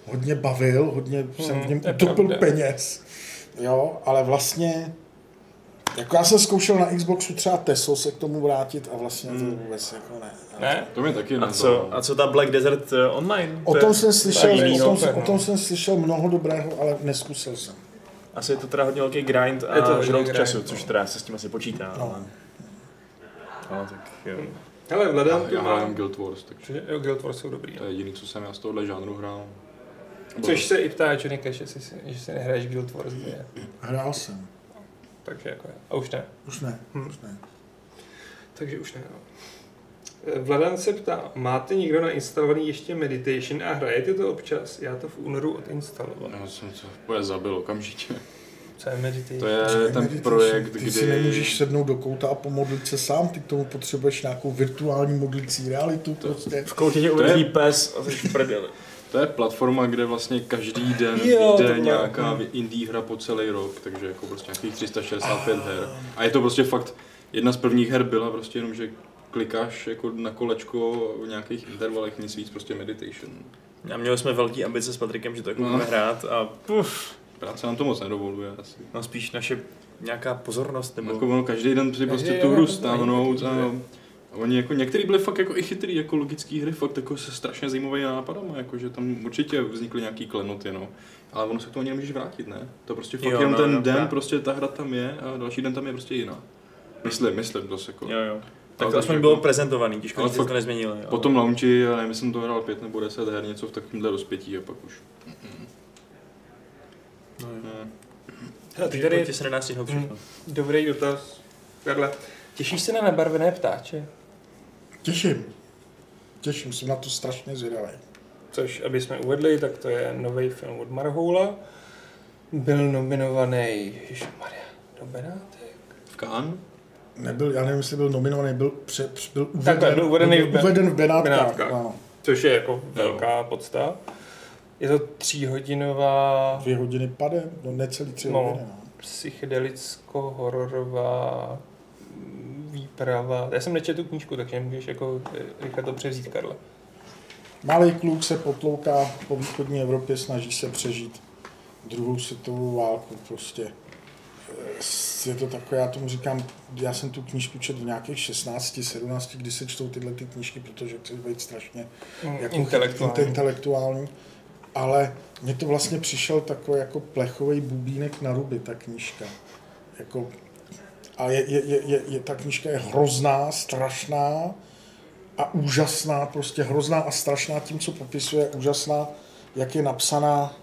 hodně bavil, hodně jsem v Hmm, něm to je utopil pravda. peněz. Jo, ale vlastně, jako já jsem zkoušel na Xboxu třeba Teso se k tomu vrátit a vlastně Hmm. to vůbec jako ne. Ne? To no. mě taky A co, a co ta Black Desert eh, online? O To je- tom jsem slyšel, jiný o tom, software, o no. tom jsem slyšel mnoho dobrého, ale neskusil jsem. Asi je to teda hodně velký grind Je to a hodně žrout grind, času, no. což teda se s tím asi počítá, No. ale... No, tak jo. Hele, hledám tu Já hrám mám. Guild Wars, takže Že- Jo, Guild Wars jsou dobrý. to je jediný, co jsem já z tohohle žánru hrál. Což se i ptá Johnny Cash, jestli si, že si nehraješ Guild Wars 2. Hrál jsem. Takže jako je. A už ne. Už ne, Hmm. už ne. Takže už ne, no. Eh, Vladan se ptá, máte někdo nainstalovaný ještě Meditation a hrajete to občas? Já to v únoru odinstaloval. Já jsem to úplně zabil okamžitě. Co je Meditation? To je Počkej, Eh, ten meditation. projekt, Ty si nemůžeš kdy... sednout do kouta a pomodlit se sám, ty k tomu potřebuješ nějakou virtuální modlicí realitu prostě. V koutě tě To je- uvidí pes a jsi v prdeli. To je platforma, kde vlastně každý den Jo, to jde bylo- nějaká indie hra po celý rok, takže jako prostě nějakých 365 her. A je to prostě fakt, jedna z prvních her byla prostě jenom, že klikáš jako na kolečko v nějakých intervalech, nic víc, prostě meditation. A měli jsme velký ambice s Patrikem, že to jako No. budeme hrát a puf, Práce nám to moc nedovoluje asi. no spíš naše nějaká pozornost nebo... Jako ono, každý den si prostě Každý tu den hru to stáhnout taky a bude. a Oni jako, některý byli fakt jako i chytrý, jako logický hry, fakt jako se strašně zajímavými nápadama, jako že tam určitě vznikly nějaký klenoty, no. Ale ono se k tomu ani nemůžeš vrátit, ne? To prostě fakt Jo, jenom no, ten no, den, tak. prostě ta hra tam je a další den tam je prostě jiná. Myslím, myslím, to jako. Jo, jo. Tak Ale to tak aspoň jako- bylo prezentovaný, těžko Ale říct, že fakt- to nezměnili. ale- Po tom launchi, já nevím, jsem to hrál pět nebo deset her, něco v takovémhle rozpětí a pak už. No jo. Ne. Hele, ty Takže tady koutě se nenástěhnou všechno. Dobrý dotaz, Karle. Těšíš se na nebarvené ptáče? Těším. Těším, jsem na to strašně zvědavý. Což, aby jsme uvedli, tak to je nový film od Marhoula. Byl nominovaný Maria do Benátek. V Cannes? Nebyl, já nevím, jestli byl nominovaný, byl, pře, pře- byl uveden, Takhle, byl uvedený v byl Ben- uveden v Benátkách. Benátkách. Ano. Což je jako velká podsta. Je to tříhodinová Dvě hodiny pade, no necelý tři No. hodiny. No. psychedelicko-hororová výprava. Já jsem nečetl tu knížku, takže můžeš jako eh, rychle to převzít, Karle. Malý kluk se potlouká po východní Evropě, snaží se přežít druhou světovou válku prostě. Eh, Je to takové, já tomu říkám, já jsem tu knížku četl v nějakých 16, 17, kdy se čtou tyhle ty knížky, protože chceš být strašně jako Intelektuální. inte- intelektuální. Ale mně to vlastně přišel takový jako plechový bubínek na ruby, ta knížka. Jako A je, je, je, je, je, ta knížka je hrozná, strašná a úžasná, prostě hrozná a strašná tím, co popisuje, úžasná, jak je napsaná.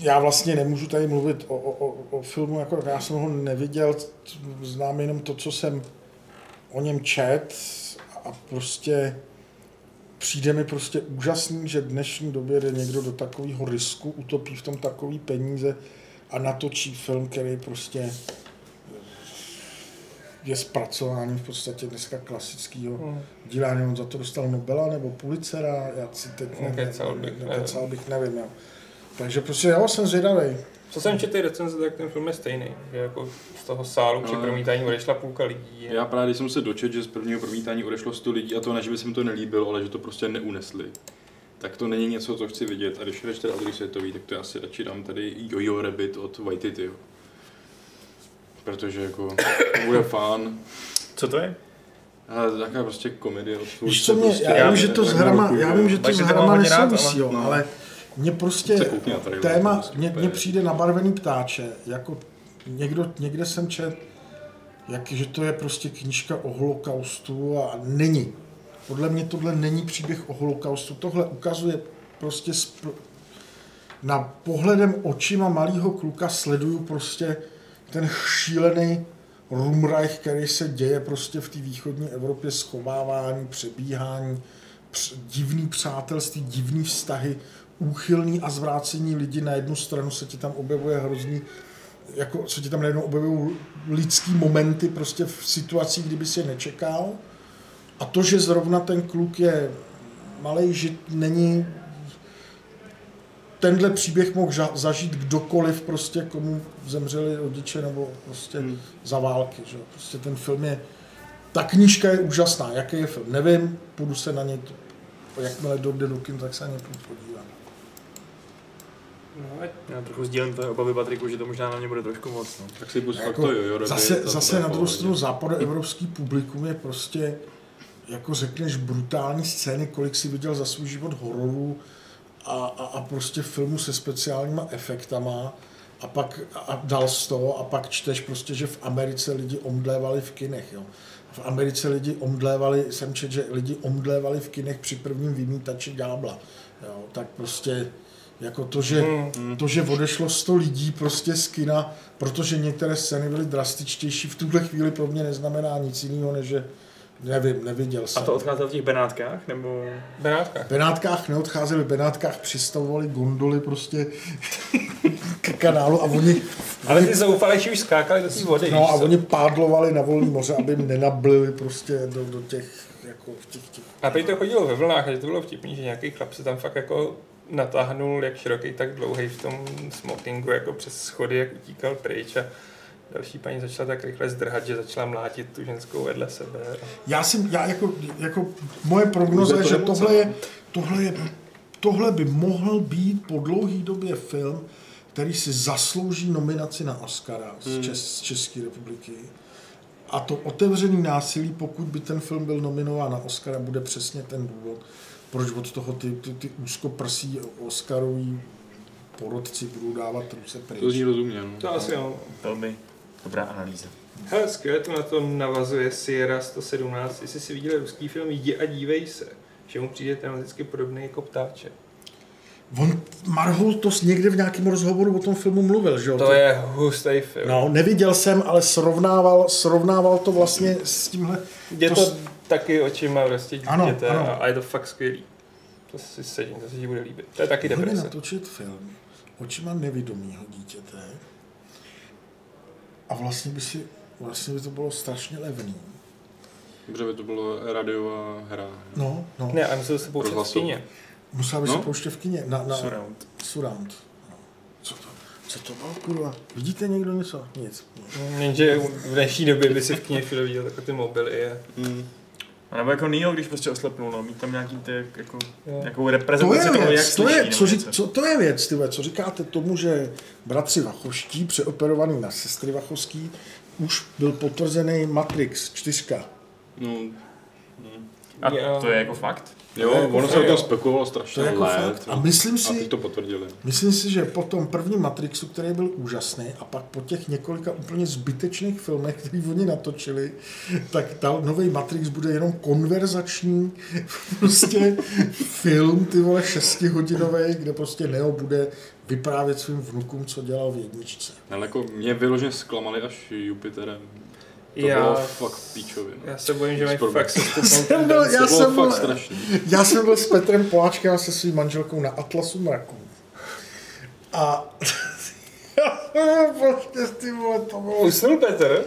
Já vlastně nemůžu tady mluvit o, o, o filmu, jako já jsem ho neviděl, znám jenom to, co jsem o něm čet a prostě přijde mi prostě úžasný, že v dnešní době jde někdo do takového risku, utopí v tom takový peníze a natočí film, který prostě je zpracování v podstatě dneska klasického Hmm. mm. díla, nevím, za to dostal Nobela nebo Pulitzera, já si teď nevím, Nekecal bych, nevím. nevím. Nekecal bych, nevím jo. Takže prostě jo, jsem zvědavý. Co jsem četl recenze, tak ten film je stejný. Že jako z toho sálu při No. Ale- promítání odešla půlka lidí. Já právě, když jsem se dočet, že z prvního promítání odešlo 100 lidí, a to ne, že by se mi to nelíbilo, ale že to prostě neunesli, tak to není něco, co chci vidět. A když jdeš teda o druhý světový, tak to já si radši dám tady Jojo Rabbit od Waititi. Protože jako bude fán. Co to je? Ale nějaká prostě komedie od Víš, tvůrce co mě, prostě, já, vím, nevím, že to tak s mě hrama, rokuje. já vím, že to Mike s to má hrama hodně rád, nesouvisí, ale- No. jo, ale mně Se prostě koukni na trailer, to je téma, prostě mně, úplně- mně přijde nabarvený ptáče, jako někdo, někde jsem čet, jak, že to je prostě knížka o holokaustu a není. Podle mě tohle není příběh o holokaustu, tohle ukazuje prostě spl- na pohledem očima malého kluka sleduju prostě ten šílený rumrajch, který se děje prostě v té východní Evropě, schovávání, přebíhání, př- divný přátelství, divný vztahy, úchylný a zvrácení lidí. Na jednu stranu se ti tam objevuje hrozný, jako se ti tam najednou objevují lidský momenty prostě v situacích, kdyby si je nečekal. A to, že zrovna ten kluk je malej žid, není tenhle příběh mohl ža- zažít kdokoliv, prostě komu zemřeli rodiče nebo prostě hmm. za války. Že? jo. Prostě ten film je... Ta knížka je úžasná. Jaký je film? Nevím. Půjdu se na něj... Jakmile dojde do kin, tak se na něj půjdu podívat. No, ať- Já trochu sdílím tvoje obavy, Patriku, že to možná na mě bude trošku moc. No. Tak si pust fakt Jako to Jojo Rabbit. a zase, to jako zase bude na v druhou pohodě. stranu západoevropský publikum je prostě, jako řekneš, brutální scény, kolik si viděl za svůj život hororů a, a, a prostě filmů se speciálníma efektama a pak a dal z toho a pak čteš prostě, že v Americe lidi omdlévali v kinech, jo. V Americe lidi omdlévali, jsem čet, že lidi omdlévali v kinech při prvním vymítači ďábla, jo. Tak prostě jako to, že, Hmm, to, že odešlo 100 lidí prostě z kina, protože některé scény byly drastičtější, v tuhle chvíli pro mě neznamená nic jiného, než že nevím, neviděl A jsem. to odcházel v těch Benátkách, nebo... Benátka. V Benátkách neodcházeli, v Benátkách přistavovali gondoly prostě [LAUGHS] k kanálu a oni, Ale ty zoufalejší už skákali do té vody. no, víš a co? oni pádlovali na volný moře, aby jim nenablili prostě do, do těch, jako v těch, těch A prý to chodilo ve vlnách, a že to bylo vtipný, že nějaký chlap se tam fakt jako natáhnul, jak široký, tak dlouhý v tom smokingu, jako přes schody, jak utíkal pryč a další paní začala tak rychle zdrhat, že začala mlátit tu ženskou vedle sebe. Já si, já jako, jako moje prognoza Bude to je, že emoce, tohle no. je, tohle je, tohle by mohl být po dlouhý době film, který si zaslouží nominaci na Oscara Hmm. z, Čes, z České republiky. A to otevřený násilí, pokud by ten film byl nominován na Oscara, bude přesně ten důvod, proč od toho ty, ty, ty úzkoprsí Oscarový porodci budou dávat ruce To zní pryč. rozumně, no. To asi jo. Velmi dobrá analýza. Hele, skvěle to na to navazuje Sierra 117. Jestli si viděli ruský film Jdi a dívej se, že mu přijde tematicky podobný jako ptáče. On, Marhol to s- někde v nějakém rozhovoru o tom filmu mluvil, že jo? To je hustý film. No, neviděl jsem, ale srovnával, srovnával to vlastně s tímhle. Je to, to s- taky očima prostě Ano, dítěte ano. a, a je to fakt skvělý. To si sedím, to se ti bude líbit. To je taky Mohli deprese. natočit film očima nevědomího dítěte a vlastně by, si, vlastně by to bylo strašně levný. Dobře by to bylo radiová hra. No, no. Ne, a musel se pouštět v Rozhlasu. kyně. Musela by No. se pouštět v kyně. Na, na, Surround. surround. No. Co to, co to bylo, kurva? Vidíte někdo něco? Nic. Jenže v dnešní době by si v kyně chvíli viděl takhle ty mobily. A... Mm. A nebo jako Neo, když prostě oslepnul, no, mít tam nějaký ty, jak- jako, Jo. nějakou To reprezentaci je toho, jak no, věc, to je, slyší, co, nebo řík, něco. co, to je věc, ty vole, co říkáte tomu, že bratři Vachoští, přeoperovaný na sestry Vachovský, už byl potvrzený Matrix 4. No, A to je jako fakt? Jo, je ono jako se o jo. tom spekulovalo strašně To je jako let. fakt. A myslím A teď si, to potvrdili. myslím si, že po tom prvním Matrixu, který byl úžasný, a pak po těch několika úplně zbytečných filmech, který oni natočili, tak ta nový Matrix bude jenom konverzační [LAUGHS] prostě film, ty vole, šestihodinový, kde prostě Neo bude vyprávět svým vnukům, co dělal v jedničce. Ale jako mě vyloženě zklamali až Jupiterem. To já, bylo fakt píčově. no. já se bojím, že Nic mají problém. fakt se Jsem skupnou byl- To já bylo jsem fakt byl- strašný. Já jsem byl s Petrem Poláčkem a se svým manželkou na Atlasu mraků. A [LAUGHS] prostě ty vole, to bylo... Usnul Petr?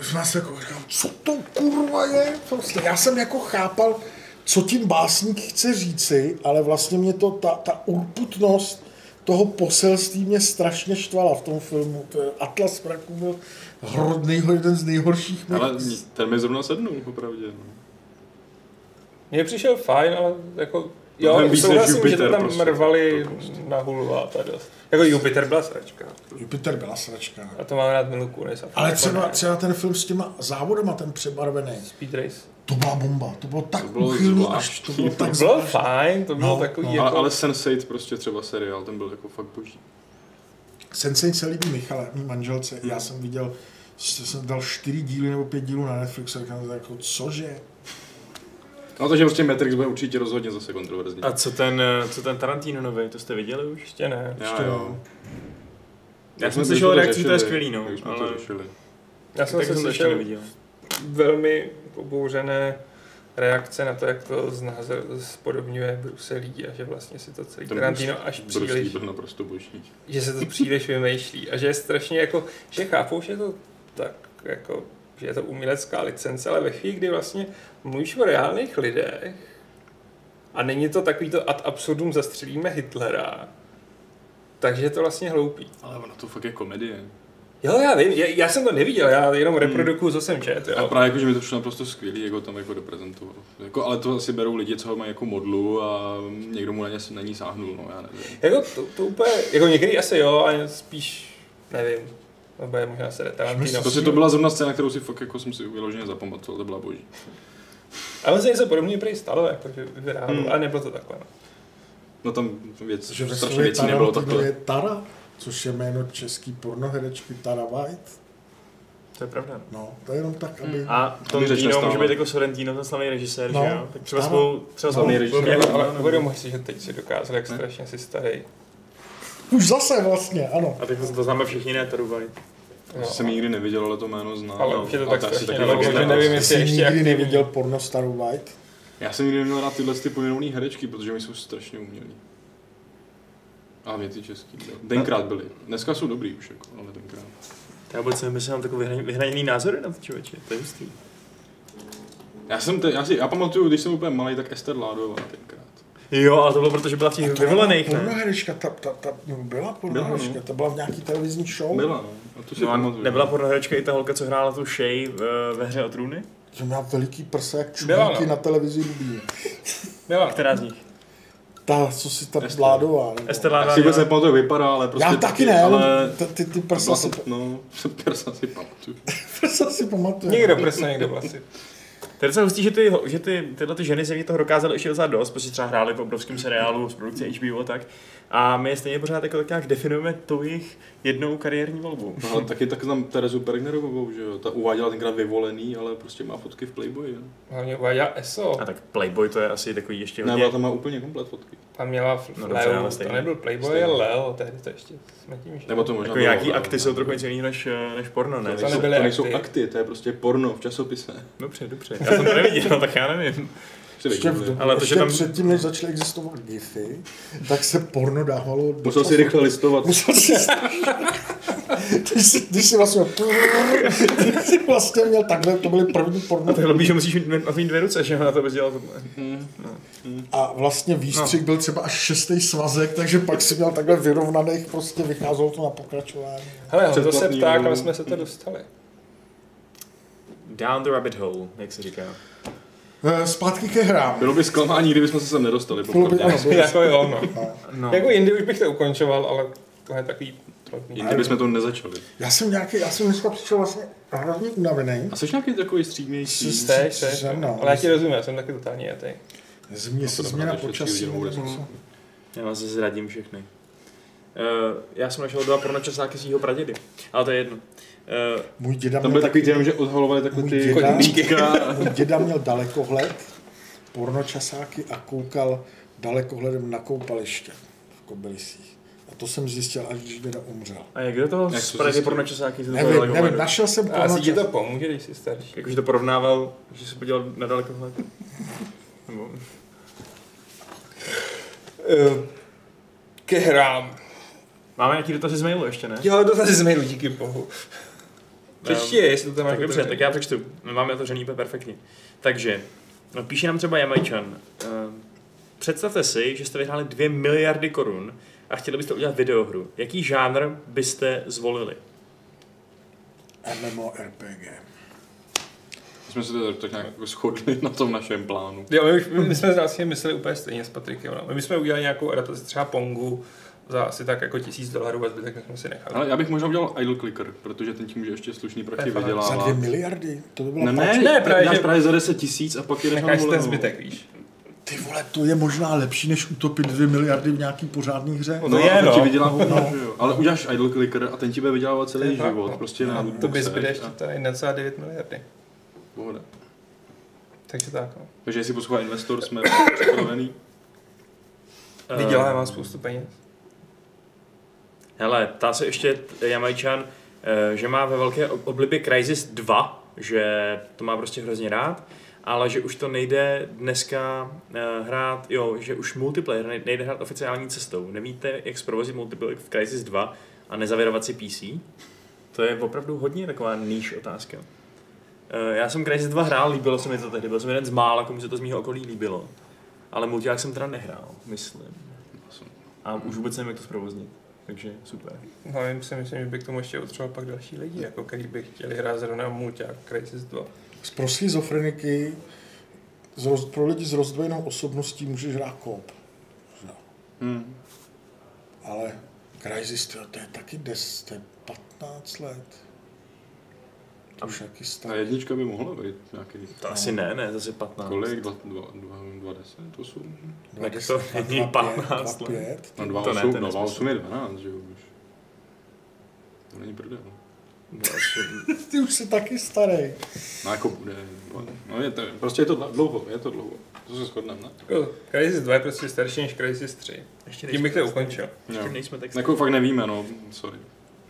Z nás jako říkám, co to kurva je? Prostě já jsem jako chápal, co tím básník chce říci, ale vlastně mě to, ta, ta urputnost toho poselství mě strašně štvala v tom filmu. To je Atlas mraků byl hrodný, jeden z nejhorších mých Ale ten mi zrovna sednul, popravdě. No. Mně přišel fajn, ale jako... Mnohem Jo, víc než souhlasím, že to Jupiter tam prostě. mrvali To prostě. na hulváta dost. Jako Jupiter byla sračka. Jupiter byla sračka. no. A to mám rád Milu Kunis. a fakt Ale jako třeba, ne. třeba ten film s těma závodama, ten přebarvený, Speed Race. to byla bomba. To bylo tak To bylo uchylný, až zvláštní. to bylo To tak bylo zvláštní. fajn, to bylo No, takový no, jako... Ale, ale Sense8 prostě třeba seriál, ten byl jako fakt boží. Sensei se líbí Michale, mý manželce. Já jsem viděl, že jsem dal čtyři díly nebo pět dílů na Netflixu a říkám jako, cože? No takže prostě Matrix bude určitě rozhodně zase kontroverzní. A co ten, co ten Tarantino nový, to jste viděli už? Ještě ne. Já, jo. no. Já My jsme jsem slyšel to reakci, to je řešili, skvělý, no. jak jsme ale- to řešili. Já jsem tak se jsem to ještě slyšel neviděl. velmi pobouřené reakce na to, jak to znáze- spodobňuje Bruselí a že vlastně si to celý Ten Tarantino až Bruce Lee příliš, byl naprosto boží. že se to příliš vymýšlí a že je strašně jako, že chápou, že je to tak jako, že je to umělecká licence, ale ve chvíli, kdy vlastně mluvíš o reálných lidech a není to takový to ad absurdum zastřelíme Hitlera, takže je to vlastně hloupý. Ale ono to fakt je komedie. Jo, já vím, já, já jsem to neviděl, já jenom reprodukuju, co jsem četl. A Jo. právě jako, že mi to šlo naprosto skvělý, jako tam jako doprezentoval. Jako, ale to asi berou lidi, co ho mají jako modlu a někdo mu na, ně, na ní sáhnul, no já nevím. Jako to, to úplně, jako někdy asi jo, ale spíš nevím. Nebo je možná se Tarantino. Prostě To, si, to byla zrovna scéna, kterou si fakt jako jsem si vyloženě zapamatoval, to byla boží. Ale se něco podobného prý stalo, jako že vyhrál, Hmm. ale nebylo to takhle. No. No tam věc, Že ve strašně slově věcí nebylo Tarantino je takhle. Tara, což je jméno český pornoherečky Tara White. To je pravda. No, to je jenom tak, aby... A Tom řeč Dino může nestála. být jako Sorrentino, ten slavný režisér, No, že jo? Tak třeba ano. spolu, třeba No. spolu. Jako- Slavný režisér. budou nějak- Jako, Ale uvědomuji si, že teď si dokázal, jak strašně si starý. Už zase vlastně, ano. A tak to, to známe všichni, ne, Tarubaj. No. No. Jsem ji nikdy neviděl, ale to jméno znám. Ale No, už je to a tak asi strašně taky daleko, fakt že znám. nevím, Ty jestli jsi ještě nikdy aktivní. neviděl porno Staru White? Já jsem nikdy neměl rád tyhle ty pojmenované herečky, protože my jsou strašně umělí. A mě ty český. jo. Tenkrát byly. Dneska jsou dobrý už, jako, ale tenkrát. Já vůbec nevím, jestli mám takový vyhraň- vyhraněný názory na to člověče, to je hustý. Já jsem te, já, si, já pamatuju, když jsem úplně malý, tak Ester Ládová tenkrát. Jo, ale to bylo proto, že byla v těch vyvolených, No, ne? Pornoherečka, ta, ta, ta, nebo byla Byla, pornoherečka, ta byla v nějaký televizní show. Byla, no. A to si No, a pamatuju. nebyla pornoherečka i ta holka, co hrála tu Shay v- ve hře o trůny? Že měla veliký prsa, jak Byla, čubíky no. na televizi Rubín. Milan, Která z nich? Ta, co si ta Esther. vládová. nebo- Ester Já si vůbec Ládová. nepamatuju, jak vypadá, ale prostě... Já taky ne, ale ale ty- ty, ty prsa, prsa si, si... No, [LAUGHS] prsa si pamatuju. prsa si pamatuju. někdo prsa, někdo vlastně. vlasy. To je docela hustý, že, ty, že ty, tyhle ty ženy země toho dokázaly ještě docela dost, protože třeba hráli v obrovském seriálu z produkce HBO a tak. A my je stejně pořád jako tak nějak definujeme tu jejich jednou kariérní volbu. No, ale taky tak znám Terezu Pergnerovou, že jo. Ta uváděla tenkrát vyvolený, ale prostě má fotky v Playboyi. jo. Hlavně uváděla ESO A tak Playboy to je asi takový ještě Ne, ona hodně... tam má úplně komplet fotky. a měla f- No no, dobře, ale Leo, stejně. to nebyl Playboy, Stejně. ale Leo, tehdy to ještě jsme tím žili. Nebo to možná Jako bylo, nějaký ale- akty jsou trochu něco jiného než, eh, než porno, ne? To To nejsou, to nebyly nejsou akty. akty, to je prostě porno v časopise. [LAUGHS] Dobře, dobře. Já jsem to neviděl, no, tak já nevím. Ještě, v době, Ale ale to, že ještě tam- tam... předtím, než začaly existovat GIFy, tak se porno dávalo do Musel si času. rychle listovat. Musel si... [LAUGHS] když, si, když si vlastně... Když si vlastně měl takhle, to byly první A porno. to je blbý, že musíš mít, mít dvě ruce, že jo, na to bys dělal tohle. A vlastně výstřih byl třeba až šestý svazek, takže pak si měl takhle vyrovnaných, prostě vycházelo to na pokračování. Hele, Honzo se Předplatný ptá, nebo- kam jsme se to dostali. Down the rabbit hole, jak se říká. Eh, Zpátky ke hrám. Bylo by zklamání, kdybychom se sem nedostali. Bylo by, [LAUGHS] popravdě. ano, bylo by, Jako jo, no. no. No. Jako jindy už bych to ukončoval, ale tohle je takový Jindy bychom to nezačali. [LAUGHS] Já jsem nějaký, já jsem dneska přišel vlastně hrozně unavený. A jsi nějaký takový střídmější? Jsi- Jste, jsi- jste, ano. ale já ti rozumím, já jsem taky totálně jetej. Změ, No to dobrá, změna takže počasí. všichni nebo budou něco. Já vás zradím všechny. Uh, já jsem našel dva pornočasáky svého pradědy, ale to je jedno. Uh, Můj děda Tam měl byly taky, takový ty, jenom, že odhalovali takové Můj ty děda. chodníky. můj děda měl dalekohled, pornočasáky a koukal dalekohledem na koupaliště v Kobylisích. A to jsem zjistil, až když děda umřel. a jak do toho Jak to z jako- Prahy zjistil? pornočasáky? se to Nevím, dalo nevím, hledat? našel jsem A asi ti pornočasák. to pomůže, když jsi starší. Jakože to porovnával, že se podíval na dalekohled. Nebo... Eh, Ke hrám. Máme nějaký dotazy z mailu ještě, ne? Jo, dotazy z mailu, díky bohu. Přečti je, jestli to tam jako máš. Tak dobře, tak já přečtu. My máme to řený úplně perfektně. Takže, no, píše nám třeba Jamajčan. ehm, Představte si, že jste vyhráli 2 miliardy korun a chtěli byste udělat videohru. Jaký žánr byste zvolili? MMORPG. My jsme se to tak nějak jako shodli [LAUGHS] na tom našem plánu. Jo, my, už, my jsme vlastně mysleli úplně stejně s Patrikem. No. My jsme udělali nějakou adaptaci třeba Pongu za asi tak jako tisíc dolarů a zbytek jsme si nechali. Ale já bych možná udělal idle clicker, protože ten tím může ještě slušný prachy To je fakt. Za dvě vydělávat. miliardy? To by bylo Ne, pak- ne, No Ne, ne, právě, právě, dáš že- právě za 10 tisíc a pak jedeš na Necháš ten no. dovolenou. zbytek, víš. Ty vole, to je možná lepší, než utopit dvě miliardy v nějaký pořádný hře. No, je, je, no. no. ti vydělá hovno, že jo. Ale uděláš idle clicker a ten ti bude vydělávat To je celý fakt, život. no. Prostě na To by boxech zbyde ještě no. a- tady 1,9 miliardy. Pohoda. Takže tak, no. Takže jestli poslouchá investor, jsme připravený. Ehm, Vydělá vám spoustu peněz. Hele, ptá se ještě t- Jamajčan, eh, že má ve velké ob- oblibě Crysis 2, že to má prostě hrozně rád, ale že už to nejde dneska eh, hrát, jo, že už multiplayer nej- nejde hrát oficiální cestou. Nevíte, jak zprovozit multiplayer v Crysis 2 a nezavěrovat si PC? To je opravdu hodně taková níž otázka. Eh, Já jsem Crysis 2 hrál, líbilo se mi to tehdy, byl jsem jeden z mála, komu se to z mého okolí líbilo. Ale multiák jsem teda nehrál, myslím. A už vůbec nevím, jak to zprovoznit. Takže super. No, já si myslím, že by k tomu ještě potřeboval pak další lidi, jako který by chtěli hrát zrovna mulťák Crysis 2. Z pro schizofreniky z roz, pro lidi s rozdvojenou osobností můžeš hrát kop. Hmm. Ale Crysis, tyjo, to je taky 10, to je 15 let. To už jaký A starý. jednička by mohla být nějaký. To asi ne, ne, zase 15. Kolik? 2,10? 8? tak to není 15 let. 5. No To ne, to 2,8 je no, 2,8 nesmysl. je 12, že jo. už. To není prdel. No, asi- Ty už jsi taky starý. No jako bude, no je to, prostě je to dla- dlouho, je to dlouho. To se shodneme, ne? Jako, Crysis 2 je prostě starší než Crysis 3. Ještě Tím bych to ukončil. Ještě Jo. nejsme tak Jako fakt nevíme, no, sorry.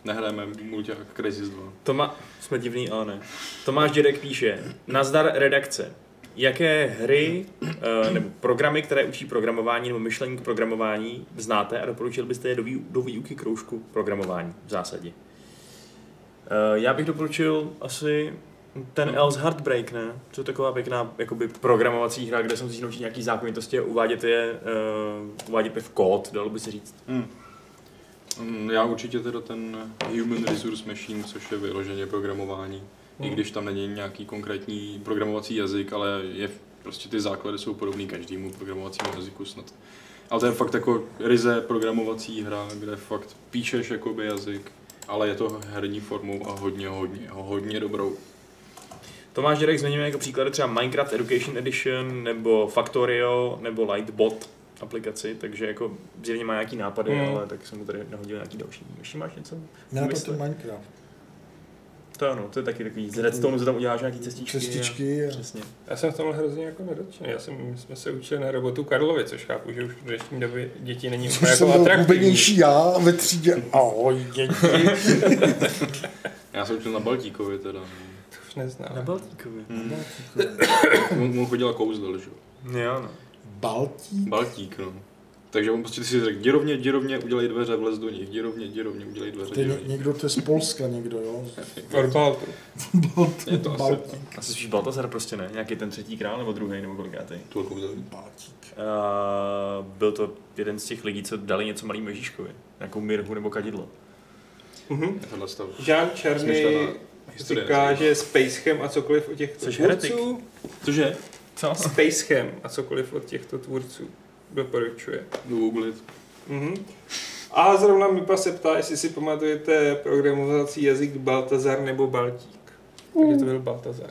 Nehrajeme multiák Crazy 2. Toma... Jsme divný, ale ne. Tomáš Dědek píše, nazdar redakce. Jaké hry eh, nebo programy, které učí programování nebo myšlení k programování, znáte a doporučil byste je do, výu- do výuky kroužku programování v zásadě? Eh, Já bych doporučil asi ten Else Heartbreak, ne? To je taková pěkná jakoby, programovací hra, kde jsem si naučit nějaký zákonitosti a uvádět je, eh, uvádět je v kód, dalo by se říct. Hmm. Mm, Já určitě teda ten Human Resource Machine, což je vyloženě programování, i když tam není nějaký konkrétní programovací jazyk, ale je prostě ty základy jsou podobné každému programovacímu jazyku snad. Ale to je fakt jako ryze programovací hra, kde fakt píšeš jakoby jazyk, ale je to herní formou a hodně, hodně, hodně dobrou. Tomáš Dědek zmiňuje jako příklady třeba Minecraft Education Edition, nebo Factorio, nebo Lightbot aplikaci, takže jako zjevně má nějaký nápady, Mm. mm. ale tak jsem mu tady nahodil nějaký další. Ještě máš něco? Měl to Mysli. ten Minecraft. To ano, to je taky takový, z Redstone se tam uděláš nějaký cestičky. Cestičky. A... Přesně. Já jsem v tomhle hrozně jako nedotčený. Já jsem, my jsme se učili na robotu Karlovi, což chápu, že už v dnešní době děti není Což úplně [LAUGHS] jsem jako byl atraktivní. hubenější já ve třídě. Ahoj, děti. Já jsem učil na Baltíkovi teda. no. To už neznám. Na Baltíkovi. Mm. On, on chodil a kouzlil, že jo. Jo, no. Baltí. Baltík, no. Takže on prostě si řekl, jdi rovně, jdi rovně, udělej dveře, vlez do nich, jdi rovně, jdi rovně, udělej dveře, To je jdi ně- rovně. někdo, to je z Polska někdo, jo? Od Baltu. Je to asi Baltí. Asi spíš Baltazar prostě ne, nějaký ten třetí král nebo druhý nebo kolikátý. to kouzelní. Baltík. Uh, byl to jeden z těch lidí, co dali něco malým Ježíškovi. Nějakou mirhu nebo kadidlo. Mhm. Tahle stav. Jean Černý Smyšlená historie. říká, že Spacechem a cokoliv od těchto Což tvůrců. Cože? Co? No, Spacechem a cokoliv od těchto tvůrců doporučuje. Googlit. Mhm. A zrovna Mipa se ptá, jestli si pamatujete programovací jazyk Baltazar nebo Baltík. Takže to byl Baltazar.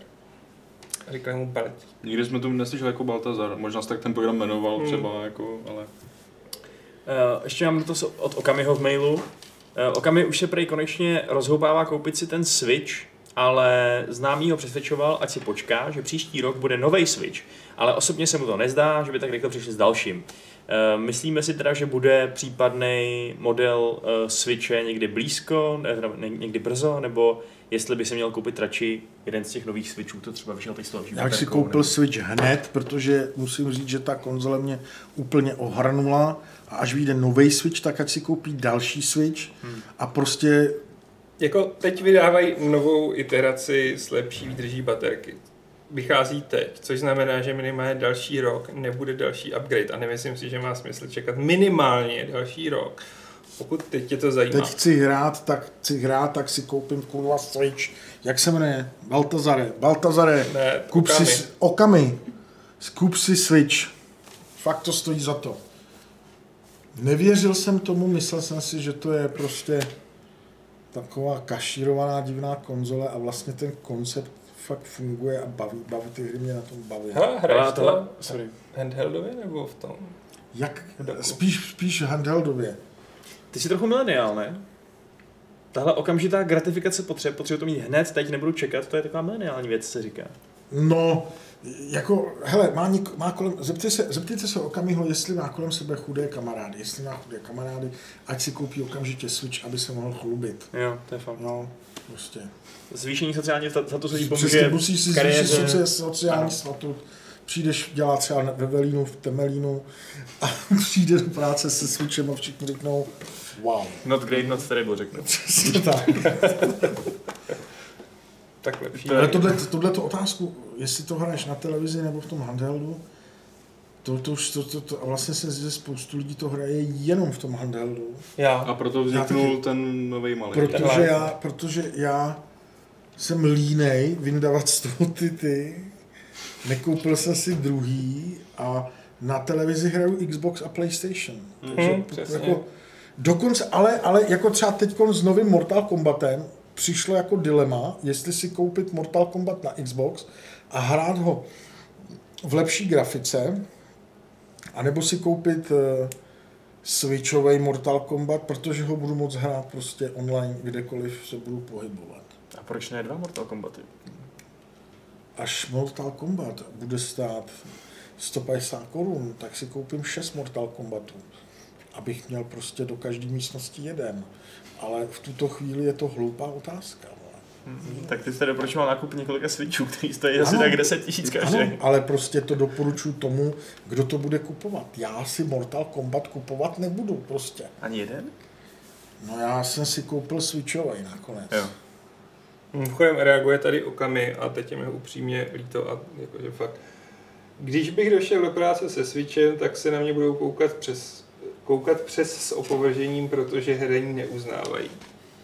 Říkali mu Baltík. Nikdy jsme to neslyšeli jako Baltazar, možná se tak ten program jmenoval Hmm. třeba, jako, ale... Eh, ještě mám dotaz od Okamiho v mailu. Eh, Okami už se prej konečně rozhoupává koupit si ten Switch, ale známý ho přesvědčoval, ať si počká, že příští rok bude nový Switch, ale osobně se mu to nezdá, že by tak rychle přišli s dalším. Eh, Myslíme si teda, že bude případný model eh, Switche někdy blízko, ne- ne- někdy brzo, nebo jestli by se měl koupit radši jeden z těch nových Switchů, to třeba vyšel teď s tou lepší Já bych si baterkou, koupil Switch hned, protože musím říct, že ta konzole mě úplně ohrnula a až vyjde nový Switch, tak ať si koupí další Switch a prostě Jako teď vydávají novou iteraci s lepší výdrží baterky. Vychází teď, což znamená, že minimálně další rok nebude další upgrade a nemyslím si, že má smysl čekat minimálně další rok. Pokud teď tě to zajímá. teď chci hrát, tak chci hrát, tak si koupím kurva Switch. Jak se jmenuje? Baltazare. Baltazare. Ne, Kup Okami. si s- Okami. Kup si Switch. Fakt to stojí za to. Nevěřil jsem tomu, myslel jsem si, že to je prostě taková kašírovaná divná konzole a vlastně ten koncept fakt funguje a baví, baví ty hry mě na tom baví. Ha, Ale hraješ tohle, to sorry. handheldově nebo v tom? Jak? Doku. Spíš, spíš handheldově. Ty jsi trochu mileniál, ne? Tahle okamžitá gratifikace potřeb, potřebuji to mít hned, teď nebudu čekat, to je taková mileniální věc, se říká. No, jako, hele, má, něk, má kolem, zeptejte se, zeptejte se Okamiho, jestli má kolem sebe chudé kamarády. Jestli má chudé kamarády, ať si koupí okamžitě Switch, aby se mohl chlubit. Jo, to je fakt. No, prostě. Zvýšení sociálně za to se jí Přesně, pomůže musíš si v zvýšit kariéře. soci- sociální Ano. statut. Přijdeš dělat třeba ve Velínu, v Temelínu a [LAUGHS] přijde do práce se Switchem a všichni řeknou wow. Not great, not terrible, [LAUGHS] řeknu. Přesně tak. Tak lepší. Ale tohle, tohle tu otázku, jestli to hraješ na televizi nebo v tom handheldu, to, to už to, to, to, a vlastně se zjistí, že spoustu lidí to hraje jenom v tom handheldu. A Já. proto Já vzniknul ten nový malý. Protože já, protože já jsem línej vyndávat z toho ty ty, nekoupil jsem si druhý a na televizi hraju Xbox a PlayStation. Hm, přesně. Jako, dokonce, ale, ale jako třeba teď s novým Mortal Kombatem přišlo jako dilema, jestli si koupit Mortal Kombat na Xbox a hrát ho v lepší grafice, anebo si koupit eh, Switchový Mortal Kombat, protože ho budu moc hrát prostě online, kdekoliv se budu pohybovat. A proč ne dva Mortal Kombaty? Až Mortal Kombat bude stát 150 korun, tak si koupím 6 Mortal Kombatů, abych měl prostě do každé místnosti jeden. Ale v tuto chvíli je to hloupá otázka. vole. Mhm. Tak ty jsi tady proč mal nákup několika switchů, který stojí Ano. asi tak 10 tisíc Ano, každý. ale prostě to doporučuji tomu, kdo to bude kupovat. Já si Mortal Kombat kupovat nebudu prostě. Ani jeden? No já jsem si koupil Switchovej nakonec. Jo. Mimochodem reaguje tady Okami a teď je mi upřímně líto a jakože fakt. Když bych došel do práce se Switchem, tak se na mě budou koukat přes, koukat přes s opovržením, protože hraní neuznávají.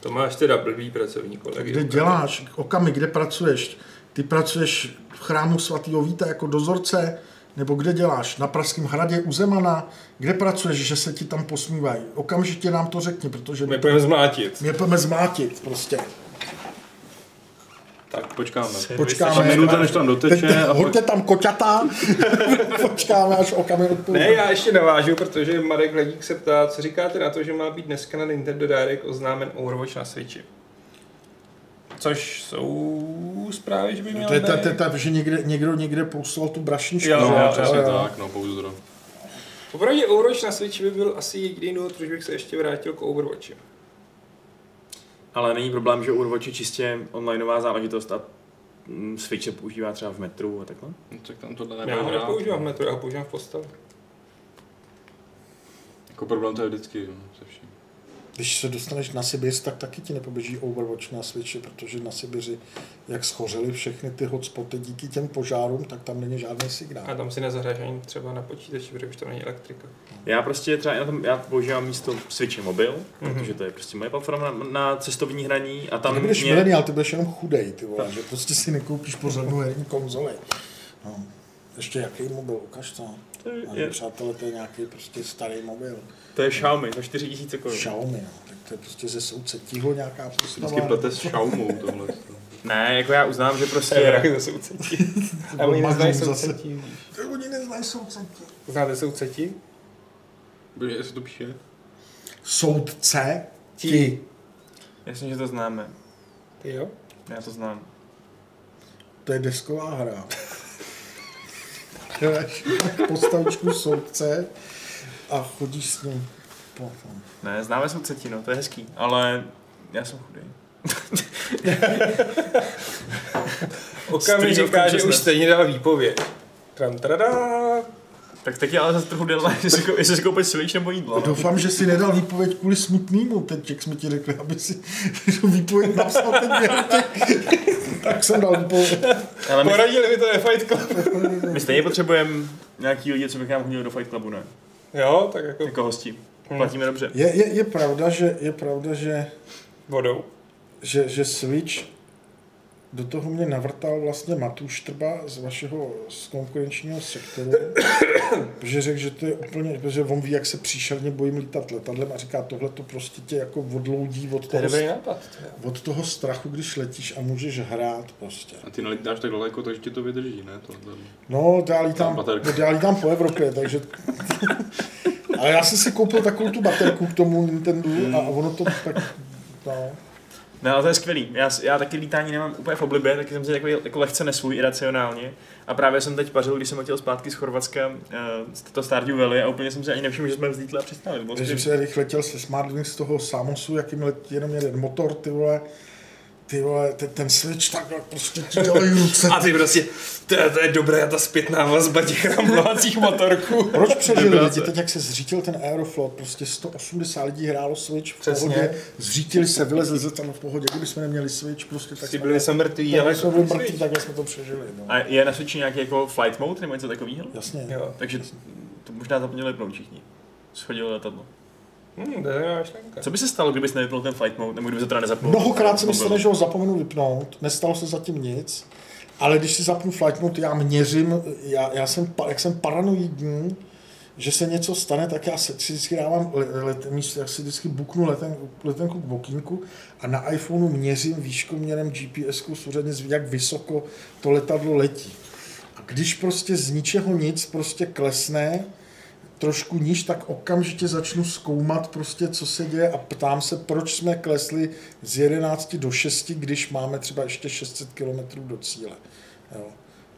To máš teda blbý pracovní kolegy. Kde Okami. děláš? Okami, kde pracuješ? Ty pracuješ v chrámu svatého Víta jako dozorce? Nebo kde děláš? Na Pražském hradě u Zemana? Kde pracuješ, že se ti tam posmívají? Okamžitě nám to řekni, protože My my půjdeme zmlátit. mě pojďme zmátit prostě. Tak počkáme. Počkáme. Minuta, než tam doteče a pak- [LAUGHS] Hoďte tam koťata, [LAUGHS] počkáme, až Okami Ne, odpoví. já ještě navážu, protože Marek Hledík se ptá, co říkáte na to, že má být dneska na Nintendo Direct oznámen Overwatch na Switchi. Což jsou zprávy, že by No měl To je ta, být. to je ta, že někde, někdo někde pouslal tu brašničku. Jo, No, jo, přesně jo. tak, no, pouzdro. Popravdě Overwatch na Switch by byl asi jediný důvod, proč bych se ještě vrátil k Overwatchi. Ale není problém, že Overwatch je čistě onlineová záležitost a mm, Switch se používá třeba v metru a takhle? No, tak tam tohle Já ho nebudu hrát. nepoužívám v metru, já ho používám v postavu. Jako problém to je vždycky, no, se vším. Když se dostaneš na Sibiř, tak taky ti nepoběží Overwatch na Switchi, protože na Sibiři, jak schořely všechny ty hotspoty díky těm požárům, tak tam není žádný signál. A tam si nezahraješ ani třeba na počítači, protože už tam není elektrika. Já prostě třeba i na tom, já používám místo Switche mobil, mm-hmm. protože to je prostě moje platforma na, na cestovní hraní a Tam tam nebudeš mě... mileniál, ty budeš jenom chudej, ty vole, že prostě si nekoupíš pořádnou herní konzoli. No. Ještě jaký mu byl, ukaž to. Je- Ale přátelé, to je nějaký prostě starý mobil. To je Xiaomi za 4000 korun. Xiaomi, no. Tak to je prostě ze souce tího nějaká Vždycky postava. plete s Xiaomou tohle. Ne, jako já uznám, To že je prostě... raky ze [LAUGHS] soucetí. A oni Magazín neznají zase. soucetí. To Oni neznají souce. Znáte soucetí? Bože, jestli to píše. Soudce? Ti. Jasně, že to známe. Ty jo? Já to znám. To je desková hra. Hraješ postavičku soudce a chodíš s ním po tom. Ne, známe jsou cetino, to je hezký, ale já jsem chudý. Oka mi Stranger říká, že Consciousness. už stejně dal výpověď. Tram, tradá. Tak teď je ale zase trochu dilema, [LAUGHS] jestli, si kou- jestli si koupit switch nebo jídlo. no. Doufám, že si nedal výpověď kvůli smutnému. Teď, jak jsme ti řekli, aby si tu výpověď napsal teď během těch- Tak jsem dal výpověď. Ale my, Poradili mi to ve Fight Club. my stejně potřebujeme nějaký lidi, co bych nám hodil do Fight Clubu, ne? Jo, tak jako Jako hosti. Platíme dobře. Je, je, je pravda, že, je pravda, že, vodou. že, že Switch do toho mě navrtal vlastně Matuš Trba z vašeho z konkurenčního sektoru, [COUGHS] že řekl, že to je úplně, že on ví, jak se příšerně bojím lítat letadlem a říká, tohle to prostě tě jako odloudí od To je toho, dobrý nápad. to jo. od toho strachu, když letíš a můžeš hrát prostě. A ty nelítáš tak daleko, takže ti to vydrží, ne? Tohle. No, já lítám, Mám baterku. já lítám po [LAUGHS] Evropě, takže... Ale já jsem si koupil takovou tu baterku k tomu Nintendo a Hmm. ono to tak... No. Ne, ale to je skvělý. Já, s- já taky lítání nemám úplně v oblibě, taky jsem si takový jako lehce nesvůj iracionálně. A právě jsem teď pařil, když jsem letěl zpátky z Chorvatska uh, to Stardew Valley a úplně jsem si ani nevšiml, že jsme vzlítli a přistali. To Prostě- bylo Takže skvělý. jsem rychle letěl se Smart Wings z toho Samosu, jakým letí jenom jeden motor, ty vole. Ty vole, ten, ten switch takhle prostě [LAUGHS] ti dělají ruce. A ty prostě, to, je- to je dobré, ta zpětná vazba těch ramblovacích motorků. Proč přežili Vybrace. lidi? Teď, jak se zřítil ten Aeroflot, prostě 180 lidí hrálo Switch v Přesně. pohodě, zřítili se, vylezli ze tam v pohodě, kdyby jsme neměli Switch, prostě tak Prostě byli jsme mrtví, ale ale jsme byli mrtví, takhle jsme to přežili. No. A je na Switchi nějaký jako flight mode nebo něco takového? Jasně. Jo. Takže to možná zapomněli vypnout všichni. Schodili letadlo. Hm, to je zajímavá myšlenka. Co by se stalo, kdyby jsi nevypnul ten flight mode, nebo kdyby se teda nezapnul? Mnohokrát jsem mobil? myslel, že ho zapomenu vypnout, nestalo se zatím nic, ale když si zapnu flight mode, já měřím, já, já jsem, pa- jak jsem paranoidní, že se něco stane, tak já se si vždycky dávám, le- let, míst, já si vždycky buknu leten, letenku k bokínku a na iPhoneu měřím výškoměrem GPS-ku souřadně, jak vysoko to letadlo letí. A když prostě z ničeho nic prostě klesne, trošku níž, tak okamžitě začnu zkoumat prostě, co se děje a ptám se, proč jsme klesli z 11 do 6, když máme třeba ještě 600 km do cíle. Jo.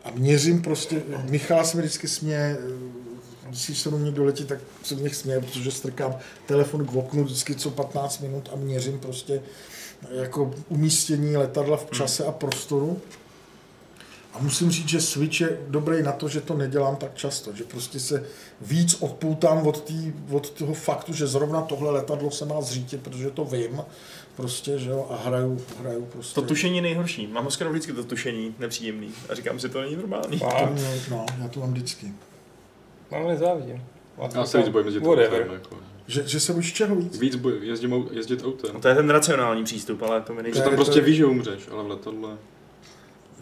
A měřím prostě, Michal se mi vždycky směje, eh, když se do mě doletí, tak se mě směje, protože strkám telefon k oknu vždycky co 15 minut a měřím prostě jako umístění letadla v čase a prostoru. A musím říct, že Switch je dobrý na to, že to nedělám tak často, že prostě se víc odpoutám od, tý, od toho faktu, že zrovna tohle letadlo se má zřítit, protože to vím prostě, že jo, a hraju, hraju prostě. To tušení je nejhorší. Mám ho skoro vždycky to tušení nepříjemný. A říkám si, to není normální. To Má, mě, no, já to mám vždycky. mám nezávidím. Já se víc bojím jezdit autem. Whatever. Jako. Že, že se bojíš čeho víc? Víc bojím jezdím, au- jezdit autem. No to je ten racionální přístup, ale to mi Že nejde. tam prostě víš, že umřeš, ale v letadle.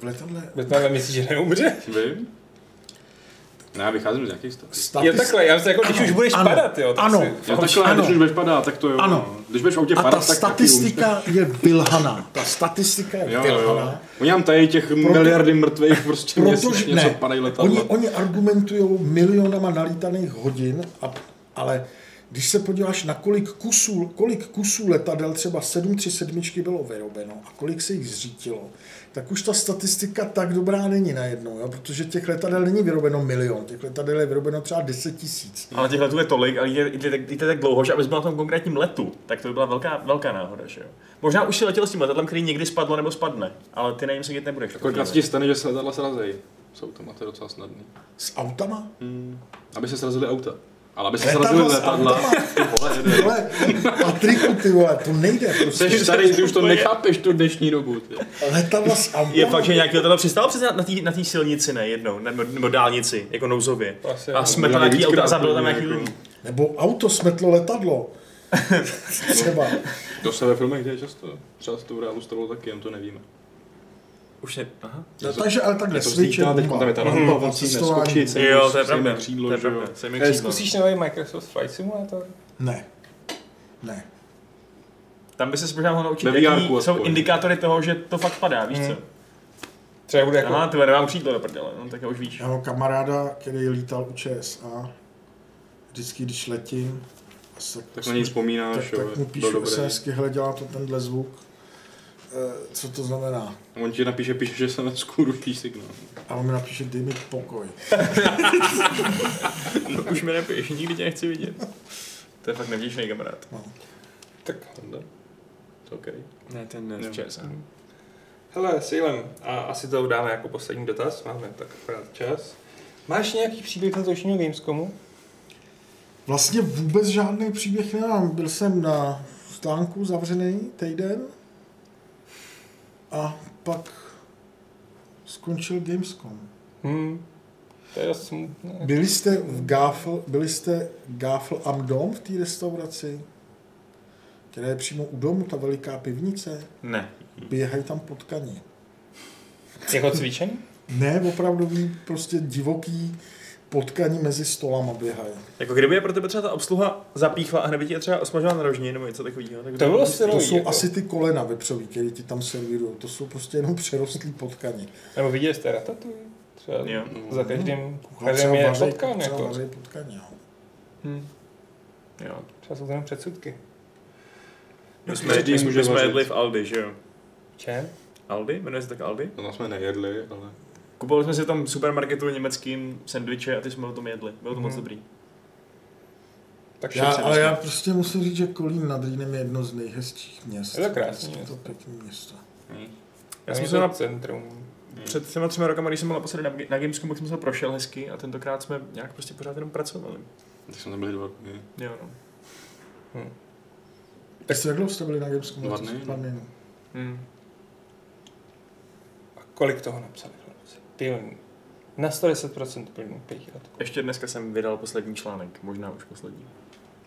V letadle Betnáme myslí, že neumře? Vím? Ne, já vycházím z nějakých statistik. statis... Jo takhle, já myslím, jako když Ano, už budeš ano, padat, jo. tak ano. si- Jo, takhle, ano. ano. když už budeš padat, tak to jo. Ano. no. Když budeš v autě A padat, tak ta Taky statistika je vylhaná. Ta statistika je umřeš. jo, jo, jo. vylhaná. Oni nám tady těch miliardy mrtvých prostě Protože měsíčně, co ne, padají letadla. oni, oni argumentují milionama nalítaných hodin, a, ale když se podíváš na kolik kusů, kolik kusů letadel třeba 737 bylo vyrobeno a kolik se jich zřítilo, tak už ta statistika tak dobrá není najednou, jo? protože těch letadel není vyrobeno milion, těch letadel je vyrobeno třeba 10 tisíc. Ale těch letů je tolik, ale jde, jde, jde, jde tak dlouho, že abys byl na tom konkrétním letu, tak to by byla velká, velká náhoda, že jo. Možná už si letěl s tím letadlem, který někdy spadlo nebo spadne, ale ty na něm sedět nebudeš. A Kolikrát se ti stane, že se letadla srazí? S autama, to je docela snadný. S autama? Hmm. Aby se srazili auta. Ale aby se Letadla srazili s letadla. autama? Ty vole, jde. Ale Patriku, ty vole, to nejde Jsi prostě. starý, ty už to nechápeš tu dnešní dobu. Ty. Letadla s autama. Je fakt, že nějaký letadlo přistál přece na- na té na tý silnici, ne jednou, nebo, nebo dálnici, jako nouzově. Vlastně Asi a jo. jsme tam Možná nějaký vždycky auta a zabil tam napadne nějaký jako- lidi. Nebo auto [LAUGHS] smetlo letadlo. Třeba. To se ve filmech děje často. Třeba se to v reálu stalo taky, jen to nevíme. Už ne, aha. No, takže, ale takhle, Je to Switch je vzlítá, teď bomba. tam je ta Bomba rampa, vlastně musí cestování. neskočit, sejmeš- Jo, to je sejmeš pravda. křídlo, to je že jo. pravda. Jsem mi Eh, křídlo. Zkusíš nový Microsoft Flight Simulator? Ne. Ne. Tam by se možná mohl naučit, Ve jaký VRku jsou aspoň. Hmm. indikátory toho, že to fakt padá, víš co? Třeba bude jako... Aha, ty vole, nemám křídlo do prdele, no tak já už víš. Já mám kamaráda, který lítal u ČSA. Vždycky, když letím, a se- prostě- Tak na něj vzpomínáš, tak, jo, tak byl mu píšu dobrý. SMSky, hele, dělá to tenhle zvuk. Eh, co to znamená? On ti napíše, píše, že se na [LAUGHS] skůru ruší signál. A on mi napíše, dej mi pokoj. Už mi nepiješ, nikdy tě nechci vidět. To je fakt nevděčný kamarád. No. Tak, Honda? To OK. Ne, ten ne. Jo. Čes, aha. hele, Salem, a asi to dáme jako poslední dotaz, máme tak akorát čas. Máš nějaký příběh z letošního Gamescomu? Vlastně vůbec žádný příběh nemám. Byl jsem na stánku zavřený týden a pak skončil Gamescom. Hmm. To je dost smutné. Byli jste v Gáfl, byli jste Gáfl am Dom v té restauraci, která je přímo u domu, ta veliká pivnice. Ne. Běhají tam potkaní. Jako cvičení? Ne, opravdový, prostě divoký potkaní mezi stolama běhají. Jako kdyby je pro tebe třeba ta obsluha zapíchla a hned by tě třeba osmažila na rožně nebo něco takového. Tak To bylo by- stylový. To jsou jako. asi ty kolena vepřový, které ti tam servírují. To jsou prostě jenom přerostlý potkaní. Nebo viděli jste Ratatouille? Třeba Jo. Mm. za každým, Kuchař každým No, třeba je vaří- potkan, třeba jako. vaří potkaní, jo. Hm. Jo. Třeba jsou tam předsudky. My jsme, Každý my, může my jsme vařit. jedli v Aldi, že jo? Čem? Aldi? Jmenuje se tak Aldi? No tam jsme nejedli, ale... Kupovali jsme si v tom supermarketu německým sendviče a ty jsme o tom jedli. Bylo to moc Mhm. dobrý. Tak Já, já, ale já prostě musím říct, že Kolín nad Rýnem je jedno z nejhezčích měst. Je to krásné Je to město. pěkné město. Já jsem se to na, centrum. před těma třema rokama, když jsem byl naposledy na, na Gamescomu, tak jsem se ho prošel hezky a tentokrát jsme nějak prostě pořád jenom pracovali. Tak jsme tam byli dva dny. Jo, no. Tak jste jak dlouho jste byli na Gamescomu? Dva dny. Dva dny, no. Hm. A kolik toho napsali? chlapci? Pion. Na 110% plnou pětiletku. Ještě dneska jsem vydal poslední článek, možná už poslední.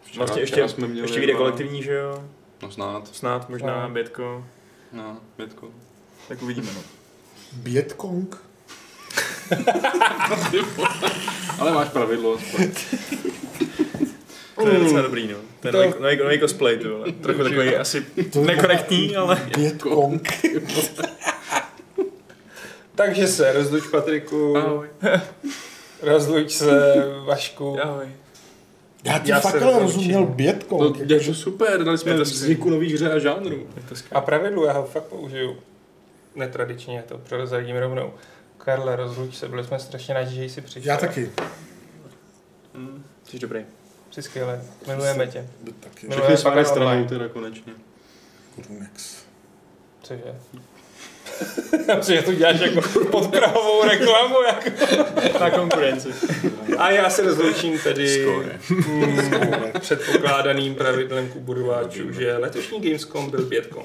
Včera, Vlastně ještě, včera jsme měli ještě vyjde dva- kolektivní, že jo? No snad. Snad, možná, No. Bětko, No, pětko. tak uvidíme, no. Bietkong? Ale máš pravidlo. aspoň. To je docela dobrý, no. To je To- nový, nový, nový cosplay, to vole. Trochu takový asi nekorektní, ale... Bietkong. Takže se rozluč Patriku, Ahoj. rozluč se [LAUGHS] Vašku. Ahoj. Já ti Já fakt se ale rozloučím. rozuměl No, Bietkong. je to super, dali Je jsme to vzniku nových hře a žánru. Je to skvělé. A pravidlo, já ho fakt použiju. Netradičně, to prozradím rovnou. Karle, rozluč se, byli jsme strašně rádi, že jsi přišel. Já taky. Mm, Jsi dobrý. Jsi skvěle, milujeme tě. Taky. No. Všechny je své fakt stranou online. teda konečně. Kurunex. Cože? [LAUGHS] Já myslím, že to děláš jako podprahovou reklamu. Jako. Na konkurenci. A já se rozloučím tedy mm, předpokládaným pravidlem Kuburováčů, že letošní Gamescom byl Bětkom.